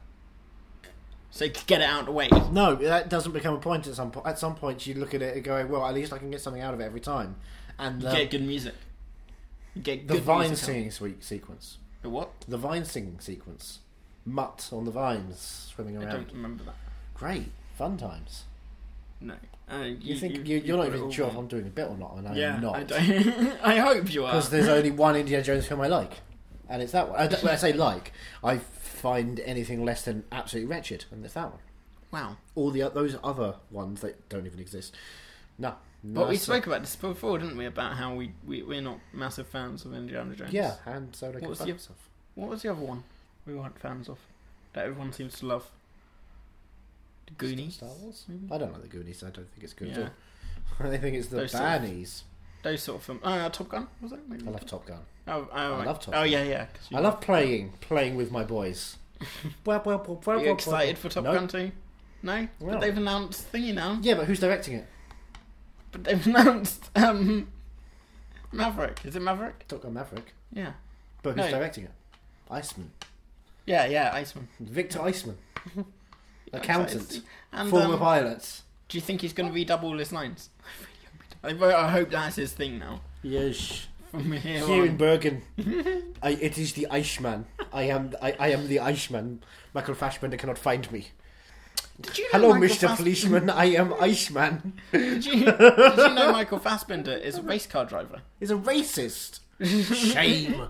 B: So get it out of the way.
A: no, that doesn't become a point at some point. At some point, you look at it and go, "Well, at least I can get something out of it every time." And the,
B: Get good music. Get
A: the
B: good
A: vine
B: music.
A: singing swe- sequence,
B: The what?
A: the vine singing sequence, mutt on the vines swimming
B: I
A: around.
B: don't remember that.
A: Great fun times.
B: No. Uh, you,
A: You, think you,
B: you
A: you're not
B: put it all
A: even sure if
B: wrong.
A: I'm doing a bit or not, and I'm
B: Yeah,
A: not.
B: I don't. I hope you are.
A: because there's only one Indiana Jones film I like, and it's that one. I, don't- when I say like, I find anything less than absolutely wretched, and it's that one.
B: Wow.
A: All the o- those other ones that don't even exist. No, no
B: But we
A: that's-
B: spoke about this before, didn't we? About how we, we we're not massive fans of Indiana Jones.
A: Yeah, and so they can
B: was
A: fuck
B: the-
A: yourself.
B: What was the other one we weren't fans of that everyone seems to love? The Goonies.
A: Star Wars.
B: maybe?
A: I don't like the Goonies. I don't think it's good.
B: Yeah.
A: I think it's the
B: Those sort of-
A: Bannies.
B: Those sort of films. Uh, Top Gun was it? Maybe
A: I love Top Gun.
B: Oh, oh, right.
A: love Top
B: Oh
A: Gun.
B: yeah, yeah. 'cause you-
A: I love playing, playing with my boys.
B: Are
A: Are
B: you excited for Top
A: no.
B: Gun too? No, but
A: Well.
B: they've announced thingy now.
A: Yeah, but who's directing it?
B: But they've announced um, Maverick. Is it Maverick?
A: Top Gun Maverick.
B: Yeah.
A: But who's
B: No.
A: directing it? Iceman.
B: Yeah, yeah. Iceman.
A: Victor Iceman.
B: I'm
A: Accountant.
B: excited to see- And,
A: former
B: um,
A: pilot.
B: Do you think he's going to redouble his lines? Like, but I hope that's his thing now.
A: Yes.
B: From here
A: Here in
B: on.
A: Bergen, I, it is the Eichmann. I am I, I am the Eichmann. Michael Fassbender cannot find me.
B: Did you know
A: Hello,
B: Michael
A: Mr.
B: Fass-
A: Policeman. I am Eichmann.
B: Did you, did you know Michael Fassbender is a race car driver?
A: He's a racist. Shame.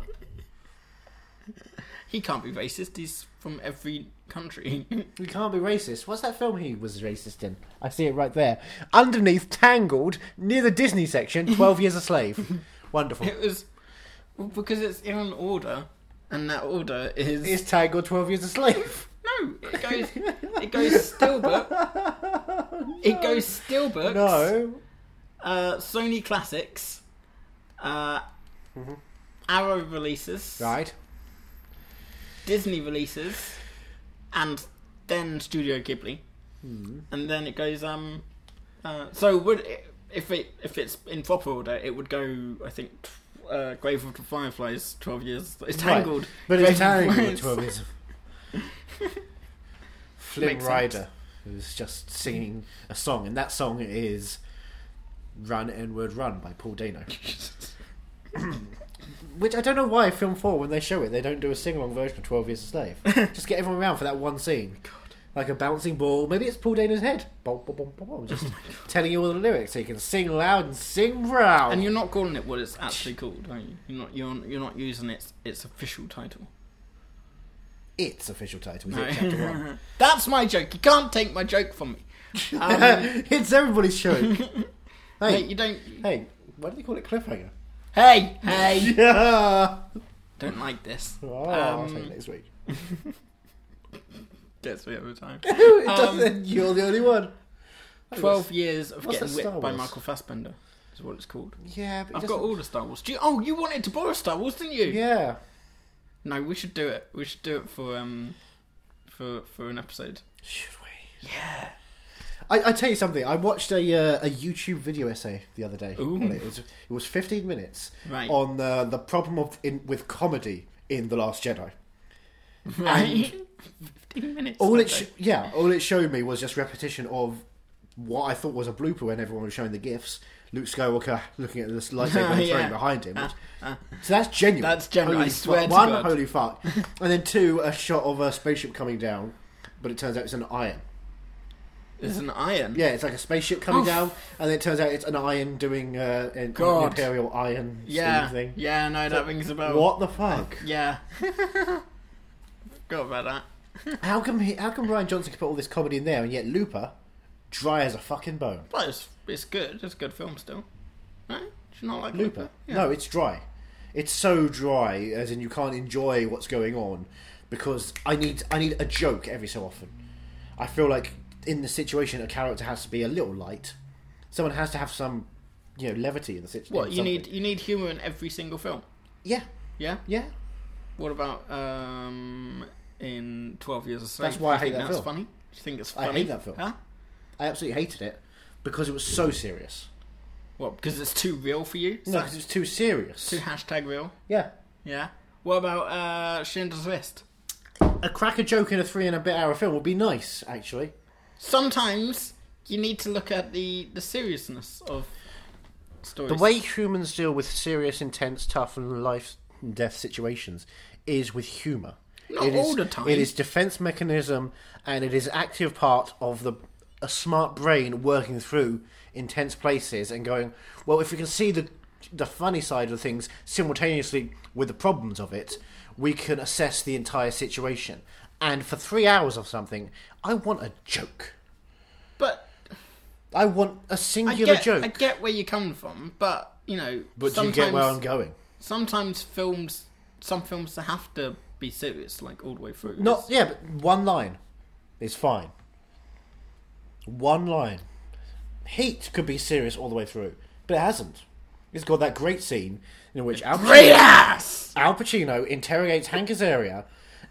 B: He can't be racist. He's from every country.
A: We can't be racist. What's that film he was racist in? I see it right there. Underneath Tangled, near the Disney section, 12 Years a Slave. Wonderful.
B: it was well, because it's in an order, and that order is
A: Is Tangled 12 Years a Slave?
B: no. It goes. It goes Steelbook. It goes Steelbooks.
A: No.
B: Uh, Sony Classics. Uh, Arrow releases.
A: Mm-hmm. Right.
B: Disney releases, and then Studio Ghibli,
A: Hmm.
B: and then it goes. Um, uh, so would it, if it if it's in proper order, it would go. I think tw- uh, Grave of the Fireflies, twelve years. It's tangled,
A: Right. But it's
B: Grave of the
A: Tangled 12
B: Fireflies.
A: Years Flynn
B: Makes
A: Rider, who's just singing a song, and that song is Run N-Word Run by Paul Dano. Which I don't know why film four, when they show it, they don't do a sing along version of Twelve Years a Slave. just get everyone around for that one scene, like a bouncing ball. Maybe it's Paul Dano's head, Bom, bom, bom, bom,
B: Oh
A: bom, just telling you all the lyrics so you can sing loud and sing proud.
B: And you're not calling it what it's actually called, are you? You're not. You're, you're not using its its official title.
A: its official title is it chapter one.
B: That's my joke. You can't take my joke from me. Um,
A: it's everybody's show. hey,
B: Mate, you don't.
A: hey, why do they call it cliffhanger?
B: Hey, hey!
A: Yeah.
B: don't like this.
A: Oh, I'll
B: Um,
A: take it next week.
B: Gets me every time.
A: it doesn't. You're the only one.
B: 12 years of
A: What's
B: getting
A: that Star
B: whipped by
A: Wars?
B: Michael Fassbender is what it's called.
A: Yeah, but it
B: I've got
A: doesn't-
B: all the Star Wars. Do you, oh, you wanted to borrow Star Wars, didn't you?
A: Yeah.
B: No, we should do it. We should do it for um for for an episode.
A: Should we?
B: Yeah.
A: I, I tell you something. I watched a uh, a YouTube video essay the other day.
B: Ooh.
A: on It. It was it was fifteen minutes
B: Right.
A: on uh, the problem of in, with comedy in the Last Jedi.
B: Right. 15 minutes.
A: All it
B: okay.
A: sh- yeah, all it showed me was just repetition of what I thought was a blooper when everyone was showing the gifs. Luke Skywalker looking at this lightsaber and
B: Yeah. Uh,
A: throwing behind him. so that's genuine.
B: That's genuine,
A: Holy
B: I swear
A: fu-
B: to
A: one,
B: God.
A: holy fuck, and then two, a shot of a spaceship coming down, but it turns out it's an iron.
B: There's an iron.
A: Yeah, it's like a spaceship coming
B: Oh.
A: down, and then it turns out it's an iron doing uh, an, an
B: God.
A: imperial iron
B: Yeah.
A: thing.
B: Yeah, no, that rings a bell.
A: What the fuck?
B: Yeah. Forgot about that.
A: How come he, how come Ryan Johnson can put all this comedy in there, and yet Looper, dry as a fucking bone?
B: But it's, it's good. It's a good film still. Right? Do you not like
A: Looper.
B: Looper? Yeah.
A: No, it's dry. It's so dry, as in you can't enjoy what's going on because I need I need a joke every so often. I feel like in the situation a character has to be a little light. Someone has to have some, you know, levity in the situation.
B: What, you need, you need humour in every single film.
A: Yeah,
B: Yeah?
A: yeah.
B: What about um in Twelve Years of Slave?
A: That's why I
B: Do you
A: hate
B: think
A: that
B: that's
A: film.
B: Funny? Do you think it's
A: I
B: funny?
A: hate that film.
B: Huh?
A: I absolutely hated it because it was so serious.
B: What? Because it's too real for you.
A: No,
B: So
A: 'cause it was too serious.
B: too hashtag real.
A: yeah,
B: Yeah. What about uh Schindler's List?
A: a cracker joke in a three and a bit hour film would be nice, actually.
B: Sometimes you need to look at the the seriousness of stories.
A: The way humans deal with serious, intense, tough, and life and death situations is with humour.
B: Not
A: It is-
B: all the time.
A: It is defence mechanism, and it is active part of the a smart brain working through intense places and going. Well, if we can see the the funny side of things simultaneously with the problems of it, we can assess the entire situation. And for three hours of something, I want a joke.
B: but
A: I want a
B: I
A: singular
B: get
A: joke.
B: I get where you're coming from, but you know,
A: but do you
B: sometimes
A: get where I'm going?
B: sometimes films some films have to be serious like all the way through.
A: Not yeah, but one line is fine. One line. Heat could be serious all the way through, but it hasn't. It's got that great scene in which Al
B: great
A: Pacino,
B: ass.
A: Al Pacino interrogates Hank Azaria,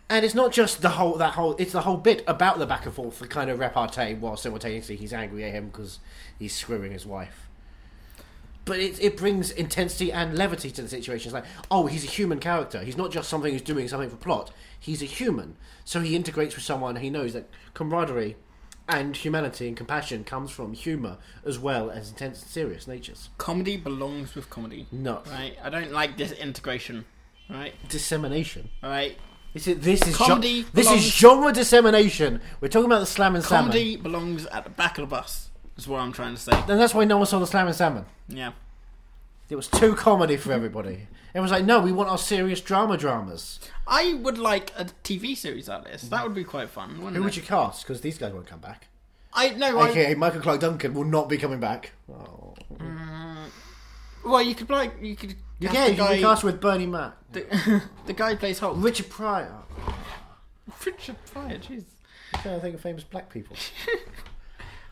A: and it's not just the whole that whole it's the whole bit about the back and forth, the kind of repartee, while simultaneously he's angry at him because he's screwing his wife. But it, it brings intensity and levity to the situation. It's like, oh, he's a human character. He's not just something who's doing something for plot. He's a human. So he integrates with someone he knows that camaraderie and humanity and compassion comes from humour as well as intense and serious natures.
B: Comedy belongs with comedy.
A: No.
B: Right? I don't like this integration. Right?
A: Dissemination.
B: Right?
A: This is this is
B: Comedy
A: gen- this
B: belongs-
A: is genre dissemination. We're talking about the slam and salmon,
B: Comedy belongs at the back of the bus, is what I'm trying to say.
A: and that's why no one saw the slam and salmon.
B: Yeah.
A: It was too comedy for everybody. Everyone's like, no, we want our serious drama dramas.
B: I would like a TV series like this. That would be quite fun. Wouldn't
A: Who
B: it?
A: would you cast? Because these guys won't come back.
B: I no. I,
A: Okay, Michael Clark Duncan will not be coming back. Oh.
B: Well, you could like you could. cast
A: Yeah,
B: the
A: you
B: guy,
A: can be cast with Bernie Mac,
B: the, the guy who plays Hulk.
A: Richard Pryor.
B: Richard Pryor. Jeez.
A: Yeah, I think of famous black people.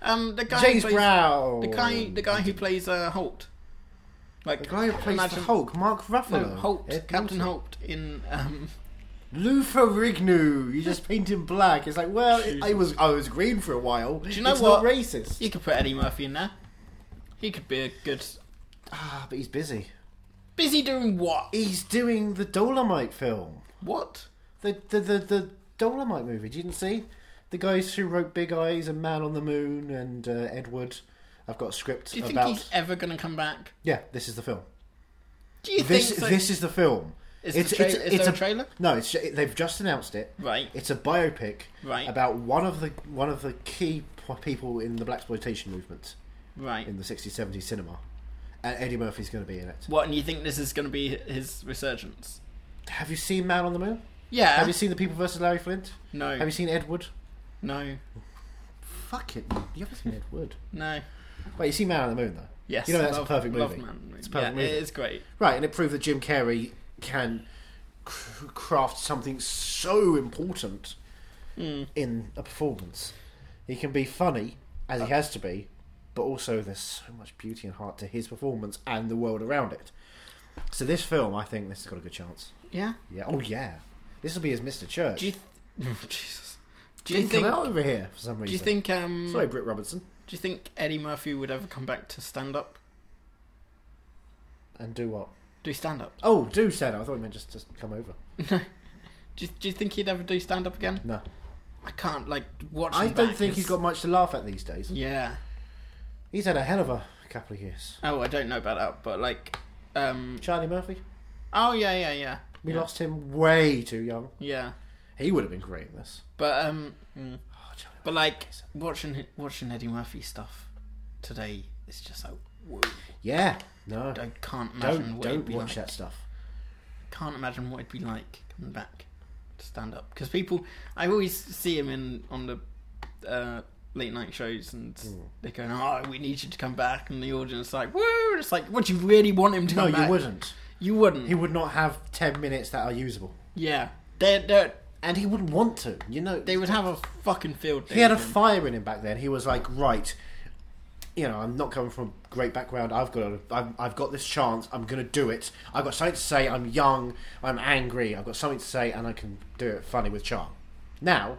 B: Um, the guy. who
A: James
B: plays-
A: Brown.
B: The guy. The guy who plays uh, Holt. Like
A: The guy who plays
B: imagine-
A: the Hulk, Mark
B: No,
A: Ruffalo.
B: Holt.
A: Ed
B: Captain
A: Norton.
B: Holt in. Um,
A: Luther Rignu. You just paint him black. It's like, well, it, I was I was green for a while.
B: do you know
A: it's
B: what?
A: Not racist.
B: You could put Eddie Murphy in there. He could be a good.
A: Ah, but he's busy.
B: Busy doing what?
A: He's doing the Dolomite film.
B: What?
A: The the the, the Dolomite movie. You didn't see the guys who wrote Big Eyes and Man on the Moon and uh, Edward. I've got a script
B: Do you think
A: about.
B: he's ever going to come back?
A: Yeah, this is the film.
B: Do you
A: This
B: think so?
A: this is the film.
B: Is the tra- is there a trailer?
A: No, it's they've just announced it.
B: Right.
A: It's a biopic
B: Right.
A: about one of the one of the key p- people in the black exploitation movement
B: right.
A: in the 60s 70s cinema. And Eddie Murphy's going to be in it.
B: What? And you think this is going to be his resurgence?
A: Have you seen Man on the Moon?
B: Yeah.
A: Have you seen The People versus Larry Flint?
B: No.
A: Have you seen Ed Wood?
B: No.
A: Fuck it. You haven't seen Ed Wood.
B: No.
A: Wait, you see Man on the Moon, though?
B: Yes.
A: You know that's
B: love-
A: a perfect
B: love
A: movie.
B: Man.
A: It's a perfect
B: yeah,
A: movie.
B: It is great.
A: Right, and it proved that Jim Carrey can cr- craft something so important
B: Hmm.
A: in a performance. He can be funny, as he
B: Uh.
A: has to be, but also there's so much beauty and heart to his performance and the world around it. So this film, I think this has got a good chance.
B: Yeah.
A: Yeah. Oh yeah. This will be his Mr. Church.
B: Do you? Th- Jesus. Do you
A: Didn't come
B: think?
A: out over here for some reason.
B: Do you think? Um.
A: Sorry, Britt Robertson.
B: Do you think Eddie Murphy would ever come back to stand up?
A: And do what?
B: Do stand up?
A: Oh, do stand up. I thought you meant just just come over.
B: Do you, do you think he'd ever do stand up again?
A: No,
B: I can't like watch.
A: I
B: him
A: don't
B: back
A: think
B: is-
A: he's got much to laugh at these days.
B: Yeah.
A: He's had a hell of a couple of years.
B: Oh, I don't know about that, but like, um.
A: Charlie Murphy.
B: Oh yeah, yeah, yeah.
A: We lost him way too young.
B: Yeah,
A: He would have been great in this.
B: but um. mm.
A: Oh, Charlie
B: But like watching watching Eddie Murphy stuff today is just like whoa.
A: Yeah. No.
B: I can't imagine
A: Don't
B: what it'd
A: don't
B: be
A: watch
B: like.
A: that stuff.
B: Can't imagine what it'd be like coming back to stand up because people I always see him in on the uh, late night shows and
A: Hmm.
B: they're going oh we need you to come back and the audience is like woo and it's like would you really want him to
A: No,
B: come back?
A: you wouldn't.
B: You wouldn't.
A: He would not have ten minutes that are usable,
B: yeah, they they
A: and he wouldn't want to. You know,
B: they would have a fucking field day.
A: he had a
B: with him.
A: fire in him back then. He was like, right, you know, I'm not coming from a great background. I've got, a, I've, I've got this chance. I'm going to do it. I've got something to say. I'm young. I'm angry. I've got something to say, and I can do it funny with charm. Now,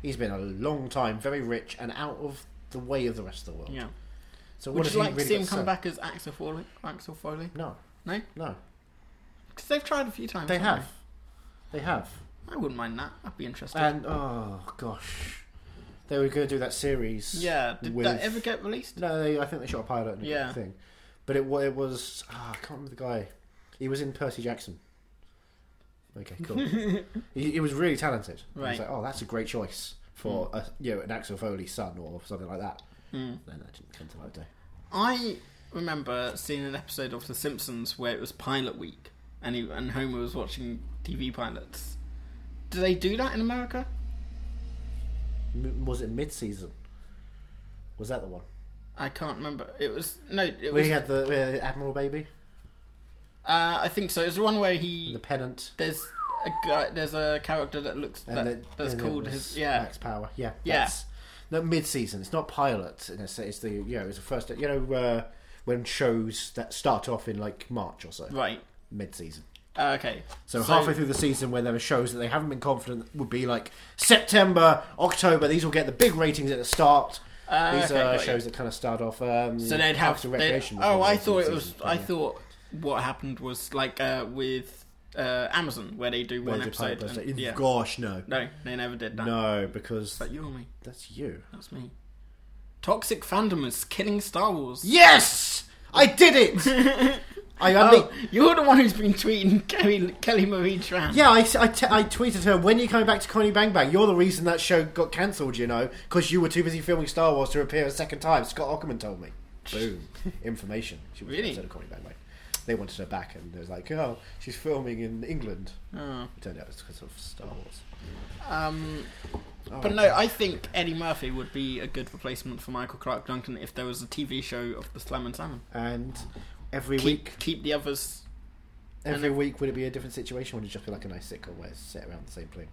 A: he's been a long time, very rich, and out of the way of the rest of the world.
B: yeah.
A: So what
B: Would
A: has
B: you
A: he
B: like to
A: really
B: see
A: got
B: him come
A: say?
B: back as Axel Foley? Axel Foley?
A: No,
B: No,
A: no,
B: because they've tried a few times.
A: they
B: haven't
A: have, they have,
B: I wouldn't mind that. I'd be interested.
A: and oh gosh, they were going to do that series.
B: yeah, did
A: with-
B: that ever get released?
A: No, they, I think they shot a pilot and
B: Yeah.
A: yeah. thing. But it, wa- it was ah, I can't remember the guy. He was in Percy Jackson. Okay, cool. he, he was really talented. I
B: Right. Hmm.
A: was like, oh, that's a great choice for a, you know an Axel Foley son or something like that. Mm. Then that didn't come to light of day.
B: I remember seeing an episode of The Simpsons where it was pilot week, and he, and Homer was watching TV pilots. Do they do that in America?
A: M- was it mid-season? Was that the one?
B: I can't remember. It was no. It
A: We
B: was.
A: had the uh, Admiral Baby,
B: Uh, I think so. It was the one where he
A: the Pennant,
B: there's a guy, there's a character that looks
A: and
B: that,
A: then-
B: that's
A: and then it
B: called
A: was
B: his yeah.
A: Max Power. Yeah,
B: Yeah.
A: that's- No, mid-season. It's not pilot. In a sense, it's the you know it's the first you know uh, when shows that start off in like March or so.
B: Right.
A: Mid-season.
B: Uh, okay.
A: So, halfway through the season, when there are shows that they haven't been confident would be like September, October. These will get the big ratings at the start.
B: Uh,
A: These
B: okay,
A: are
B: got you.
A: shows that kind of start off. Um,
B: So they'd have
A: Parks
B: to
A: and Recreation
B: Oh,
A: was
B: I
A: the
B: thought it was.
A: mid-season,
B: I
A: yeah.
B: thought what happened was like uh, with uh, Amazon where they do
A: Where
B: one
A: they
B: episode.
A: pilot
B: and-
A: episode.
B: yeah.
A: Gosh, no.
B: No, they never did that.
A: No, because
B: But you or me?
A: that's you.
B: That's me. Toxic fandom is killing Star Wars.
A: Yes! I did it! I only.
B: Oh, you're the one who's been tweeting Kelly, Kelly Marie Tran.
A: Yeah, I, I, te- I tweeted her, when are you coming back to Connie Bang Bang? You're the reason that show got cancelled, you know, because you were too busy filming Star Wars to appear a second time. Scott Ackerman told me. Boom. Information. She was
B: Really?
A: on Connie Bang Bang. They wanted her back, and it was like, oh, she's filming in England.
B: Oh.
A: It turned out it's because of Star Wars.
B: Um,
A: Oh,
B: but no, I think Eddie Murphy would be a good replacement for Michael Clark Duncan if there was a TV show of the Slam and Salmon.
A: And every
B: Keep,
A: week,
B: keep the others.
A: every week, would it be a different situation? Would it just be like a nice sitcom where it's set around the same thing?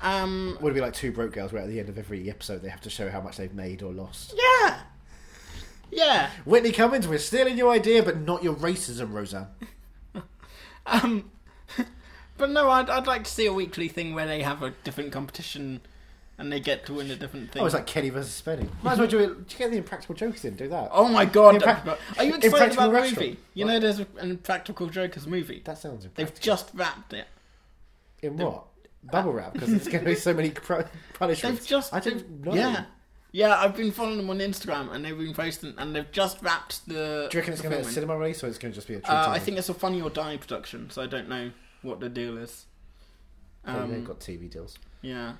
B: Um,
A: Would it be like two broke girls where at the end of every episode they have to show how much they've made or lost?
B: yeah, yeah.
A: Whitney Cummings, we're stealing your idea, but not your racism, Roseanne.
B: Um, but no, I'd, I'd like to see a weekly thing where they have a different competition and they get to win a different thing.
A: Oh, it's like Kenny versus Spenny. Might as well do it. Do you get the impractical jokers in? Do that.
B: Oh my god!
A: Imprac-
B: that- Are you excited
A: Impractical
B: about the
A: Restaurant.
B: movie? You know, there's an Impractical Jokers movie.
A: that sounds impractical.
B: They've just wrapped it.
A: In what? Bubble wrap because there's going to be so many pro- punishments.
B: They've just
A: I didn't know.
B: Yeah. Yeah, I've been following them on Instagram and they've been posting and they've just wrapped the
A: Do you reckon it's
B: the
A: going to be a
B: filming.
A: cinema race or it's going to just be a?
B: uh, I
A: treatise?
B: think it's a Funny or Die production, so I don't know what the deal is.
A: Maybe they've
B: Um,
A: got TV deals.
B: yeah.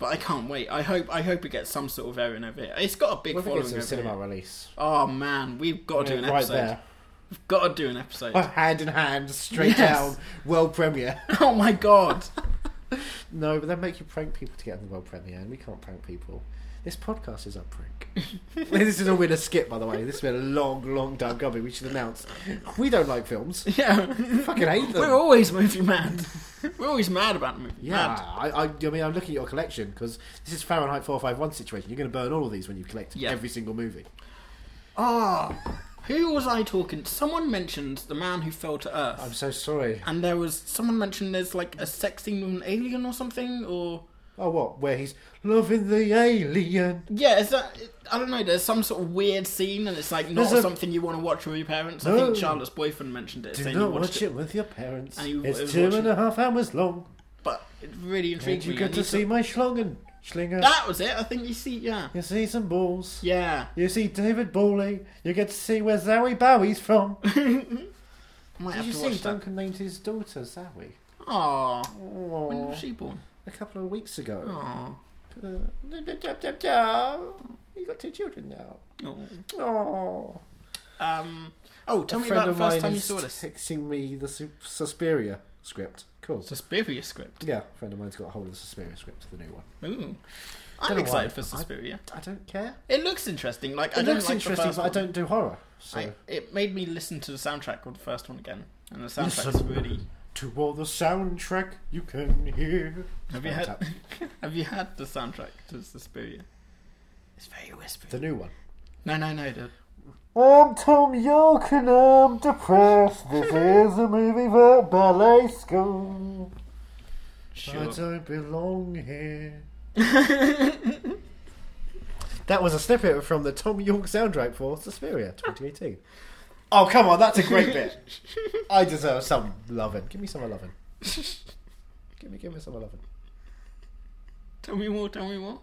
B: But I can't wait. I hope I hope it gets some sort of airing over here. It's got a big
A: What if it
B: following
A: gets
B: over
A: a cinema
B: here.
A: release?
B: Oh man, we've got to do an
A: right
B: episode.
A: there, Oh,
B: We've got to do an episode.
A: hand in hand, straight
B: Yes.
A: down, world premiere.
B: oh my god.
A: No, but they make you prank people to get on the world premiere, and we can't prank people. This podcast is a prank. this has all been a skip, by the way. This has been a long, long time coming. We should announce we don't like films.
B: yeah.
A: Fucking hate them.
B: We're always movie mad. We're always mad about the movie.
A: yeah,
B: Mad.
A: I, I, I mean, I'm looking at your collection because this is Fahrenheit 451 situation. You're going to burn all of these when you collect
B: Yeah.
A: every single movie.
B: Ah, who was I talking? Someone mentioned the man who fell to Earth,
A: I'm so sorry.
B: and there was someone mentioned there's like a sex scene with an alien or something, or
A: Oh, what? Where he's loving the alien.
B: yeah, is that? I don't know. There's some sort of weird scene, and it's like not
A: There's a-
B: something you want to watch with your parents. I
A: No.
B: think Charlotte's boyfriend mentioned it,
A: Do
B: saying
A: not
B: you watched
A: watch it. with your parents.
B: And you- it
A: it's
B: was
A: two
B: watching-
A: and a half hours long.
B: but it really
A: And
B: intrigued
A: you
B: me. I
A: get
B: need Ah!
A: to see my schlungen. Schlinger.
B: That was it. I think you see, yeah,
A: You see some balls.
B: yeah.
A: You see David Bowley. You get to see where Zowie Bowie's from.
B: I might
A: Did
B: have
A: you
B: to watch
A: see
B: that.
A: Duncan named his daughter Zowie?
B: Aw, when was
A: Aww.
B: she Oh. born?
A: A couple of weeks ago.
B: Aw.
A: Uh, da- da- da- da- da. You got two children now.
B: Aw.
A: Oh.
B: Um. Oh, tell
A: A
B: me
A: friend
B: about the
A: of
B: first
A: mine
B: time you
A: is
B: saw this.
A: texting me the Su- Suspiria script. Cool.
B: Suspiria script.
A: yeah, a friend of mine's got a hold of the Suspiria script, the new one.
B: Ooh.
A: Don't
B: I'm
A: know
B: excited
A: why.
B: for Suspiria.
A: I don't care.
B: It looks interesting. Like I
A: It
B: don't
A: looks
B: like
A: interesting,
B: the first
A: but I
B: one.
A: don't do horror. So.
B: I- it made me listen to the soundtrack of the first one again, and the soundtrack's really.
A: To all the soundtrack you can hear.
B: Have you had? have you had the soundtrack to Suspiria? It's very
A: The
B: whispery.
A: new one.
B: No, no, no. The,
A: I'm Tom York and I'm depressed. This is a movie about ballet school. I
B: sure.
A: don't belong here. that was a snippet from the Tom York soundtrack for Suspiria 2018. Oh, come on, that's a great bit. I deserve some loving. Give me some loving. Give me, give me some loving.
B: Tell me more. Tell me more.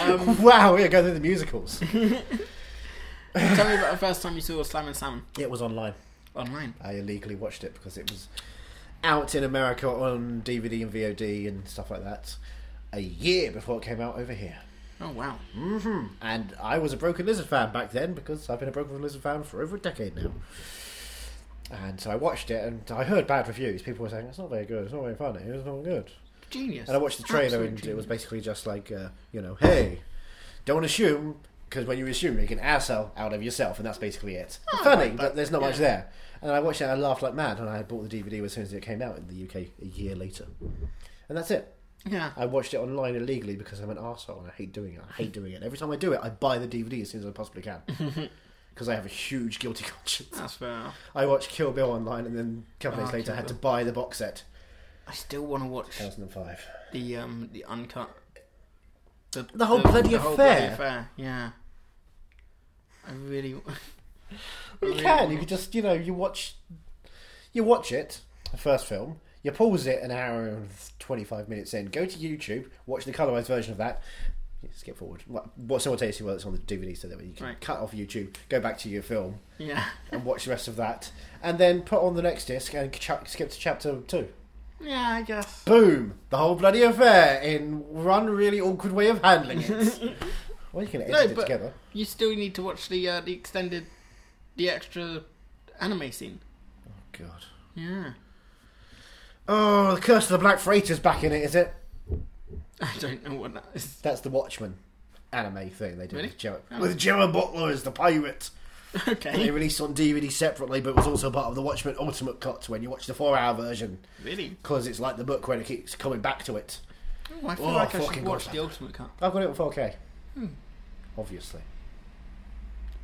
B: um,
A: Wow, we're going through the musicals.
B: tell me about the first time you saw Slam and Salmon
A: it was online.
B: online.
A: I illegally watched it because it was out in America on DVD and VOD and stuff like that a year before it came out over here.
B: Oh wow.
A: And I was a Broken Lizard fan back then because I've been a Broken Lizard fan for over a decade now. And so I watched it and I heard bad reviews. People were saying, it's not very good, it's not very funny, it's not good.
B: Genius.
A: And I watched the trailer
B: Absolute
A: and it
B: genius.
A: was basically just like, uh, you know, hey, don't assume, because when you assume, you make an asshole out of yourself, and that's basically it. Funny, but there's not much
B: Oh, yeah.
A: there. And I watched it and I laughed like mad, and I bought the DVD as soon as it came out in the UK a year later. And that's it.
B: Yeah.
A: I watched it online illegally because I'm an arsehole and I hate doing it. I hate doing it. Every time I do it, I buy the DVD as soon as I possibly can. Because I have a huge guilty conscience.
B: That's fair. enough.
A: I watched Kill Bill online and then a couple days
B: Ah,
A: later I
B: Kill
A: had to
B: Bill.
A: buy the box set.
B: I still want to watch
A: 2005.
B: the um the uncut the,
A: The whole bloody affair.
B: yeah i really
A: You can. You could just, you know, you watch, you watch it, the first film. You pause it an hour and twenty-five minutes in. Go to YouTube, watch the colorized version of that. Yeah, Skip forward. What what simultaneously while it's on the DVD, so that you can
B: Right.
A: cut off YouTube, go back to your film,
B: Yeah.
A: and watch the rest of that, and then put on the next disc and ch- skip to chapter two.
B: Yeah, I guess.
A: Boom! The whole bloody affair in one really awkward way of handling it. well, you can edit
B: No,
A: it
B: but-
A: together.
B: You still need to watch the uh, the extended, the extra anime scene.
A: God.
B: Yeah.
A: Oh, the Curse of the Black Freighter's back in it, is it?
B: I don't know what that is.
A: That's the Watchmen anime thing they did
B: Really?
A: with Gerard.
B: Oh.
A: With Gerard Butler as the pirate. They
B: Okay.
A: released on DVD separately, but it was also part of the Watchmen Ultimate Cut when you watch the four-hour version
B: Really?
A: because it's like the book when it keeps coming back to it.
B: Oh, I feel
A: Oh,
B: like I should
A: fucking
B: watch
A: God.
B: the Ultimate Cut.
A: I've got it on 4K.
B: Hmm.
A: Obviously,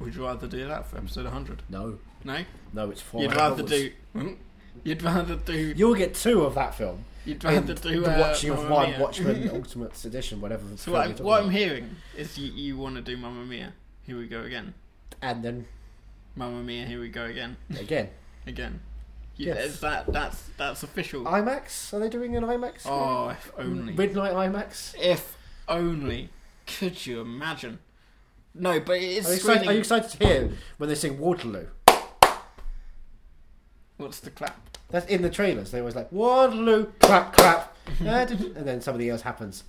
B: Would you rather do that for episode 100?
A: no,
B: No? Oh
A: no, it's four.
B: You'd
A: hours.
B: rather do. Hmm? You'd rather do.
A: You'll get two of that film.
B: You'd
A: in
B: rather do.
A: the
B: uh,
A: watching of
B: Mamma
A: one
B: Mia.
A: Watchmen Ultimate Edition, whatever. the
B: So
A: film
B: what,
A: you're
B: I'm,
A: talking
B: what I'm
A: about.
B: hearing is you, you want to do Mamma Mia. Here we go again.
A: and then
B: Mamma Mia. Here we go again.
A: again,
B: again. You,
A: Yes.
B: is that that's that's official.
A: IMAX. Are they doing an IMAX?
B: oh, if only.
A: Midnight IMAX.
B: If only. Could you imagine? No, but it is
A: Are you,
B: screening.
A: excited, are you excited to hear when they sing Waterloo?
B: What's the clap?
A: That's in the trailers. They always like Waterloo, clap, clap, Ah, did- and then something else happens,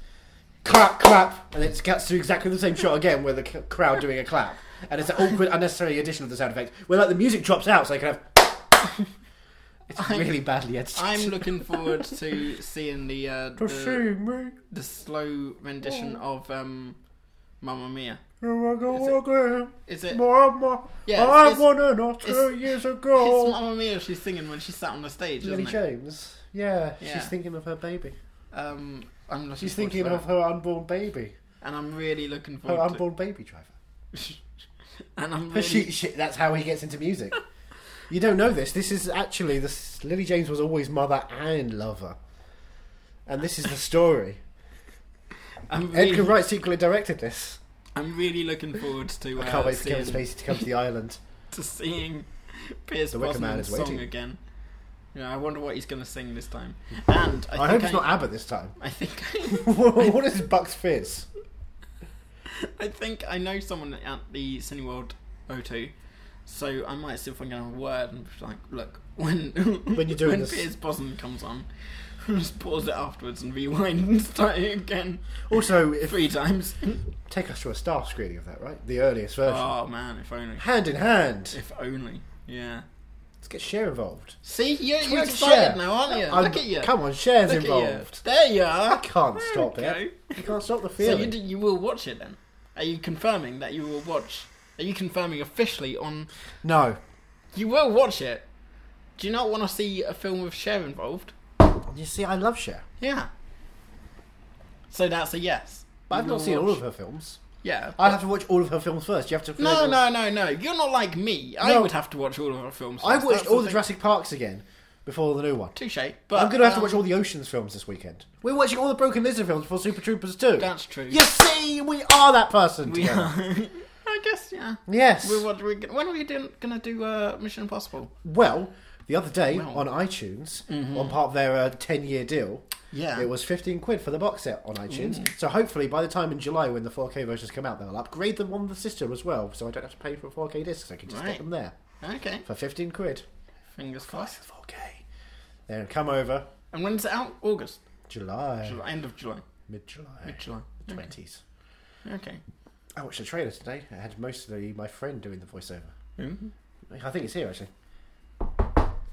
A: clap, clap, and it gets to exactly the same shot again with the c- crowd doing a clap, and it's an awkward, unnecessary addition of the sound effect where like the music drops out, so they can have. It's really badly edited.
B: I'm looking forward to seeing the uh,
A: To Oh.
B: the,
A: see me,
B: the slow rendition of um, Mamma Mia.
A: here I go again.
B: Is it?
A: Mama,
B: Yeah,
A: I
B: it's-
A: won an Oscar
B: it's-
A: years
B: It's
A: ago.
B: Mamma Mia. She's singing when she sat on the stage,
A: Lily
B: isn't it?
A: James. Yeah,
B: Yeah.
A: she's thinking of her baby.
B: Um, I'm looking
A: She's
B: forward
A: thinking
B: to
A: of
B: that.
A: her unborn baby.
B: and I'm really looking
A: Her
B: forward to.
A: unborn baby driver.
B: And I'm really,
A: But she, she, that's how he gets into music. you don't know this. This is actually this. Lily James was always mother and lover, and this is the story.
B: I'm really,
A: Edgar Wright secretly directed this.
B: I'm really looking forward to. Uh,
A: I can't wait for
B: seeing,
A: Kevin Spacey to come to the island.
B: to seeing Pierce
A: The Wicker Man
B: Brosnan's
A: is
B: song
A: waiting.
B: again. Yeah, I wonder what he's going to sing this time. And I,
A: I,
B: think
A: hope it's
B: I,
A: not ABBA this time.
B: I think
A: what is Bucks Fizz?
B: I think I know someone at the Cineworld O2, so I might see if I can have a word and be like, look, when when
A: you're doing
B: when
A: this-
B: Pierce Brosnan comes on, just pause it afterwards and rewind and start it again
A: Also, if
B: three times.
A: take us to a staff screening of that, right? The earliest version.
B: oh man, if only,
A: Hand in hand.
B: if only, yeah.
A: Let's get Cher involved.
B: See, you're, you're
A: Tweet Cher.
B: excited now, aren't you?
A: I'm-
B: Look at you.
A: Come on, Cher's
B: Look
A: involved.
B: At you. There you
A: I
B: are.
A: can't stop
B: There you
A: it. I can't stop the
B: So
A: feeling.
B: you, do, you will watch it then? Are you confirming that you will watch? Are you confirming officially on?
A: No.
B: You will watch it. Do you not want to see a film with Cher involved?
A: You see, I love Cher.
B: Yeah. So that's a yes.
A: But I've
B: You
A: not
B: will
A: seen all
B: watch-
A: of her films.
B: Yeah.
A: I'd have to watch all of her films first. You have to.
B: no, no, no, no. You're not like me. I
A: No.
B: would have to watch all of her films.
A: I
B: first.
A: watched
B: That's
A: all the
B: thing.
A: Jurassic Parks again before the new one.
B: Touche. But
A: I'm going to have to
B: um,
A: watch all the Oceans films this weekend. We're watching all the Broken Lizard films before Super Troopers 2.
B: That's true.
A: You see, we are that person
B: We
A: together.
B: are. I guess yeah.
A: Yes.
B: We, what, we, when are we doing, gonna do uh, Mission Impossible?
A: Well, the other day
B: Well. Mm-hmm.
A: on iTunes, on part of their uh, 10 year deal,
B: Yeah. Mm.
A: it was 15 quid for the box set on iTunes. So hopefully, by the time in July when the 4K versions come out, they'll upgrade them on the system as well, so I don't have to pay for 4K discs. I can just
B: Right.
A: get them there
B: Okay.
A: for 15 quid.
B: Fingers crossed.
A: 4K. Then come over
B: And when's it out? August.
A: July,
B: July, end of July.
A: mid July,
B: Mid July.
A: 20s.
B: Okay.
A: I watched the trailer today. I had mostly my friend doing the voiceover. I think it's here actually.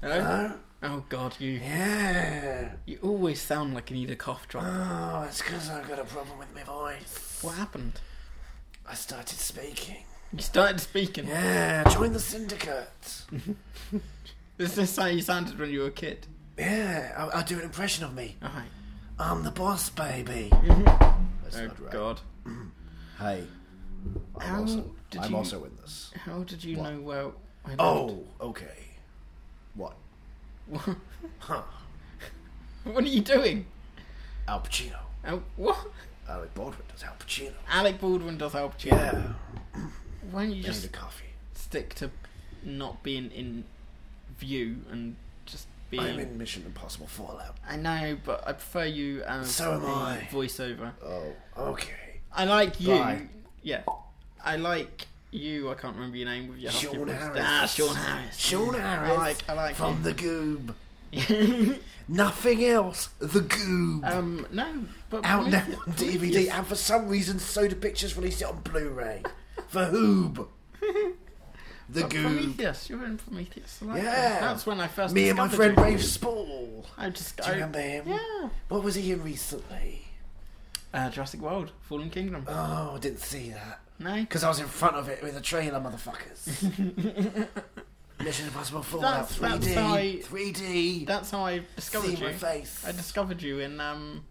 B: Hello? Oh god, you
A: Yeah.
B: you always sound like you need a cough drop.
A: Oh, it's because I've got a problem with my voice.
B: what happened?
A: I started speaking.
B: You started speaking.
A: Yeah, join the syndicate.
B: Is this how you sounded when you were a kid?
A: Yeah, I'll, I'll do an impression of me.
B: Alright.
A: I'm the boss, baby. Mm-hmm. That's
B: Oh
A: not right.
B: god.
A: Hey, I'm,
B: How
A: also,
B: did
A: I'm
B: you-
A: also in this.
B: How did you know where I lived?
A: Oh, okay. What? huh.
B: What are you doing?
A: Al Pacino.
B: Oh, what?
A: Alec Baldwin does Al Pacino.
B: Alec Baldwin does help you.
A: Yeah.
B: Why don't you
A: Just
B: just
A: a coffee.
B: stick to not being in view and just being.
A: I'm in Mission Impossible Fallout.
B: I know, but I prefer you as
A: So am
B: a
A: I.
B: voiceover.
A: Oh, okay.
B: I like you.
A: Bye.
B: Yeah, I like you. I can't remember your name with your husky
A: Sean
B: voice.
A: Harris.
B: Ah, Sean Harris.
A: Sean Harris.
B: I like. I like.
A: From
B: you.
A: the Goob. Nothing else. The Goob.
B: um, no, but
A: Out now
B: Prometheus-
A: on DVD,
B: Prometheus-
A: and for some reason, Soda Pictures released it on Blu-ray. For Hoob. The Goob.
B: Prometheus, you're in Prometheus. I like
A: Yeah.
B: that. that's when I first.
A: Me and my
B: discovered
A: friend
B: you.
A: Rafe Spall.
B: I just.
A: Do you remember him?
B: Yeah.
A: What was he in recently?
B: Uh, Jurassic World, Fallen Kingdom.
A: Oh, I didn't see that.
B: no,
A: Because I was in front of it with a trailer, motherfuckers. Mission Impossible Fallout
B: That's- that's
A: 3D.
B: how I-
A: 3D.
B: that's how I
A: see
B: discovered you.
A: my face.
B: I discovered you in um.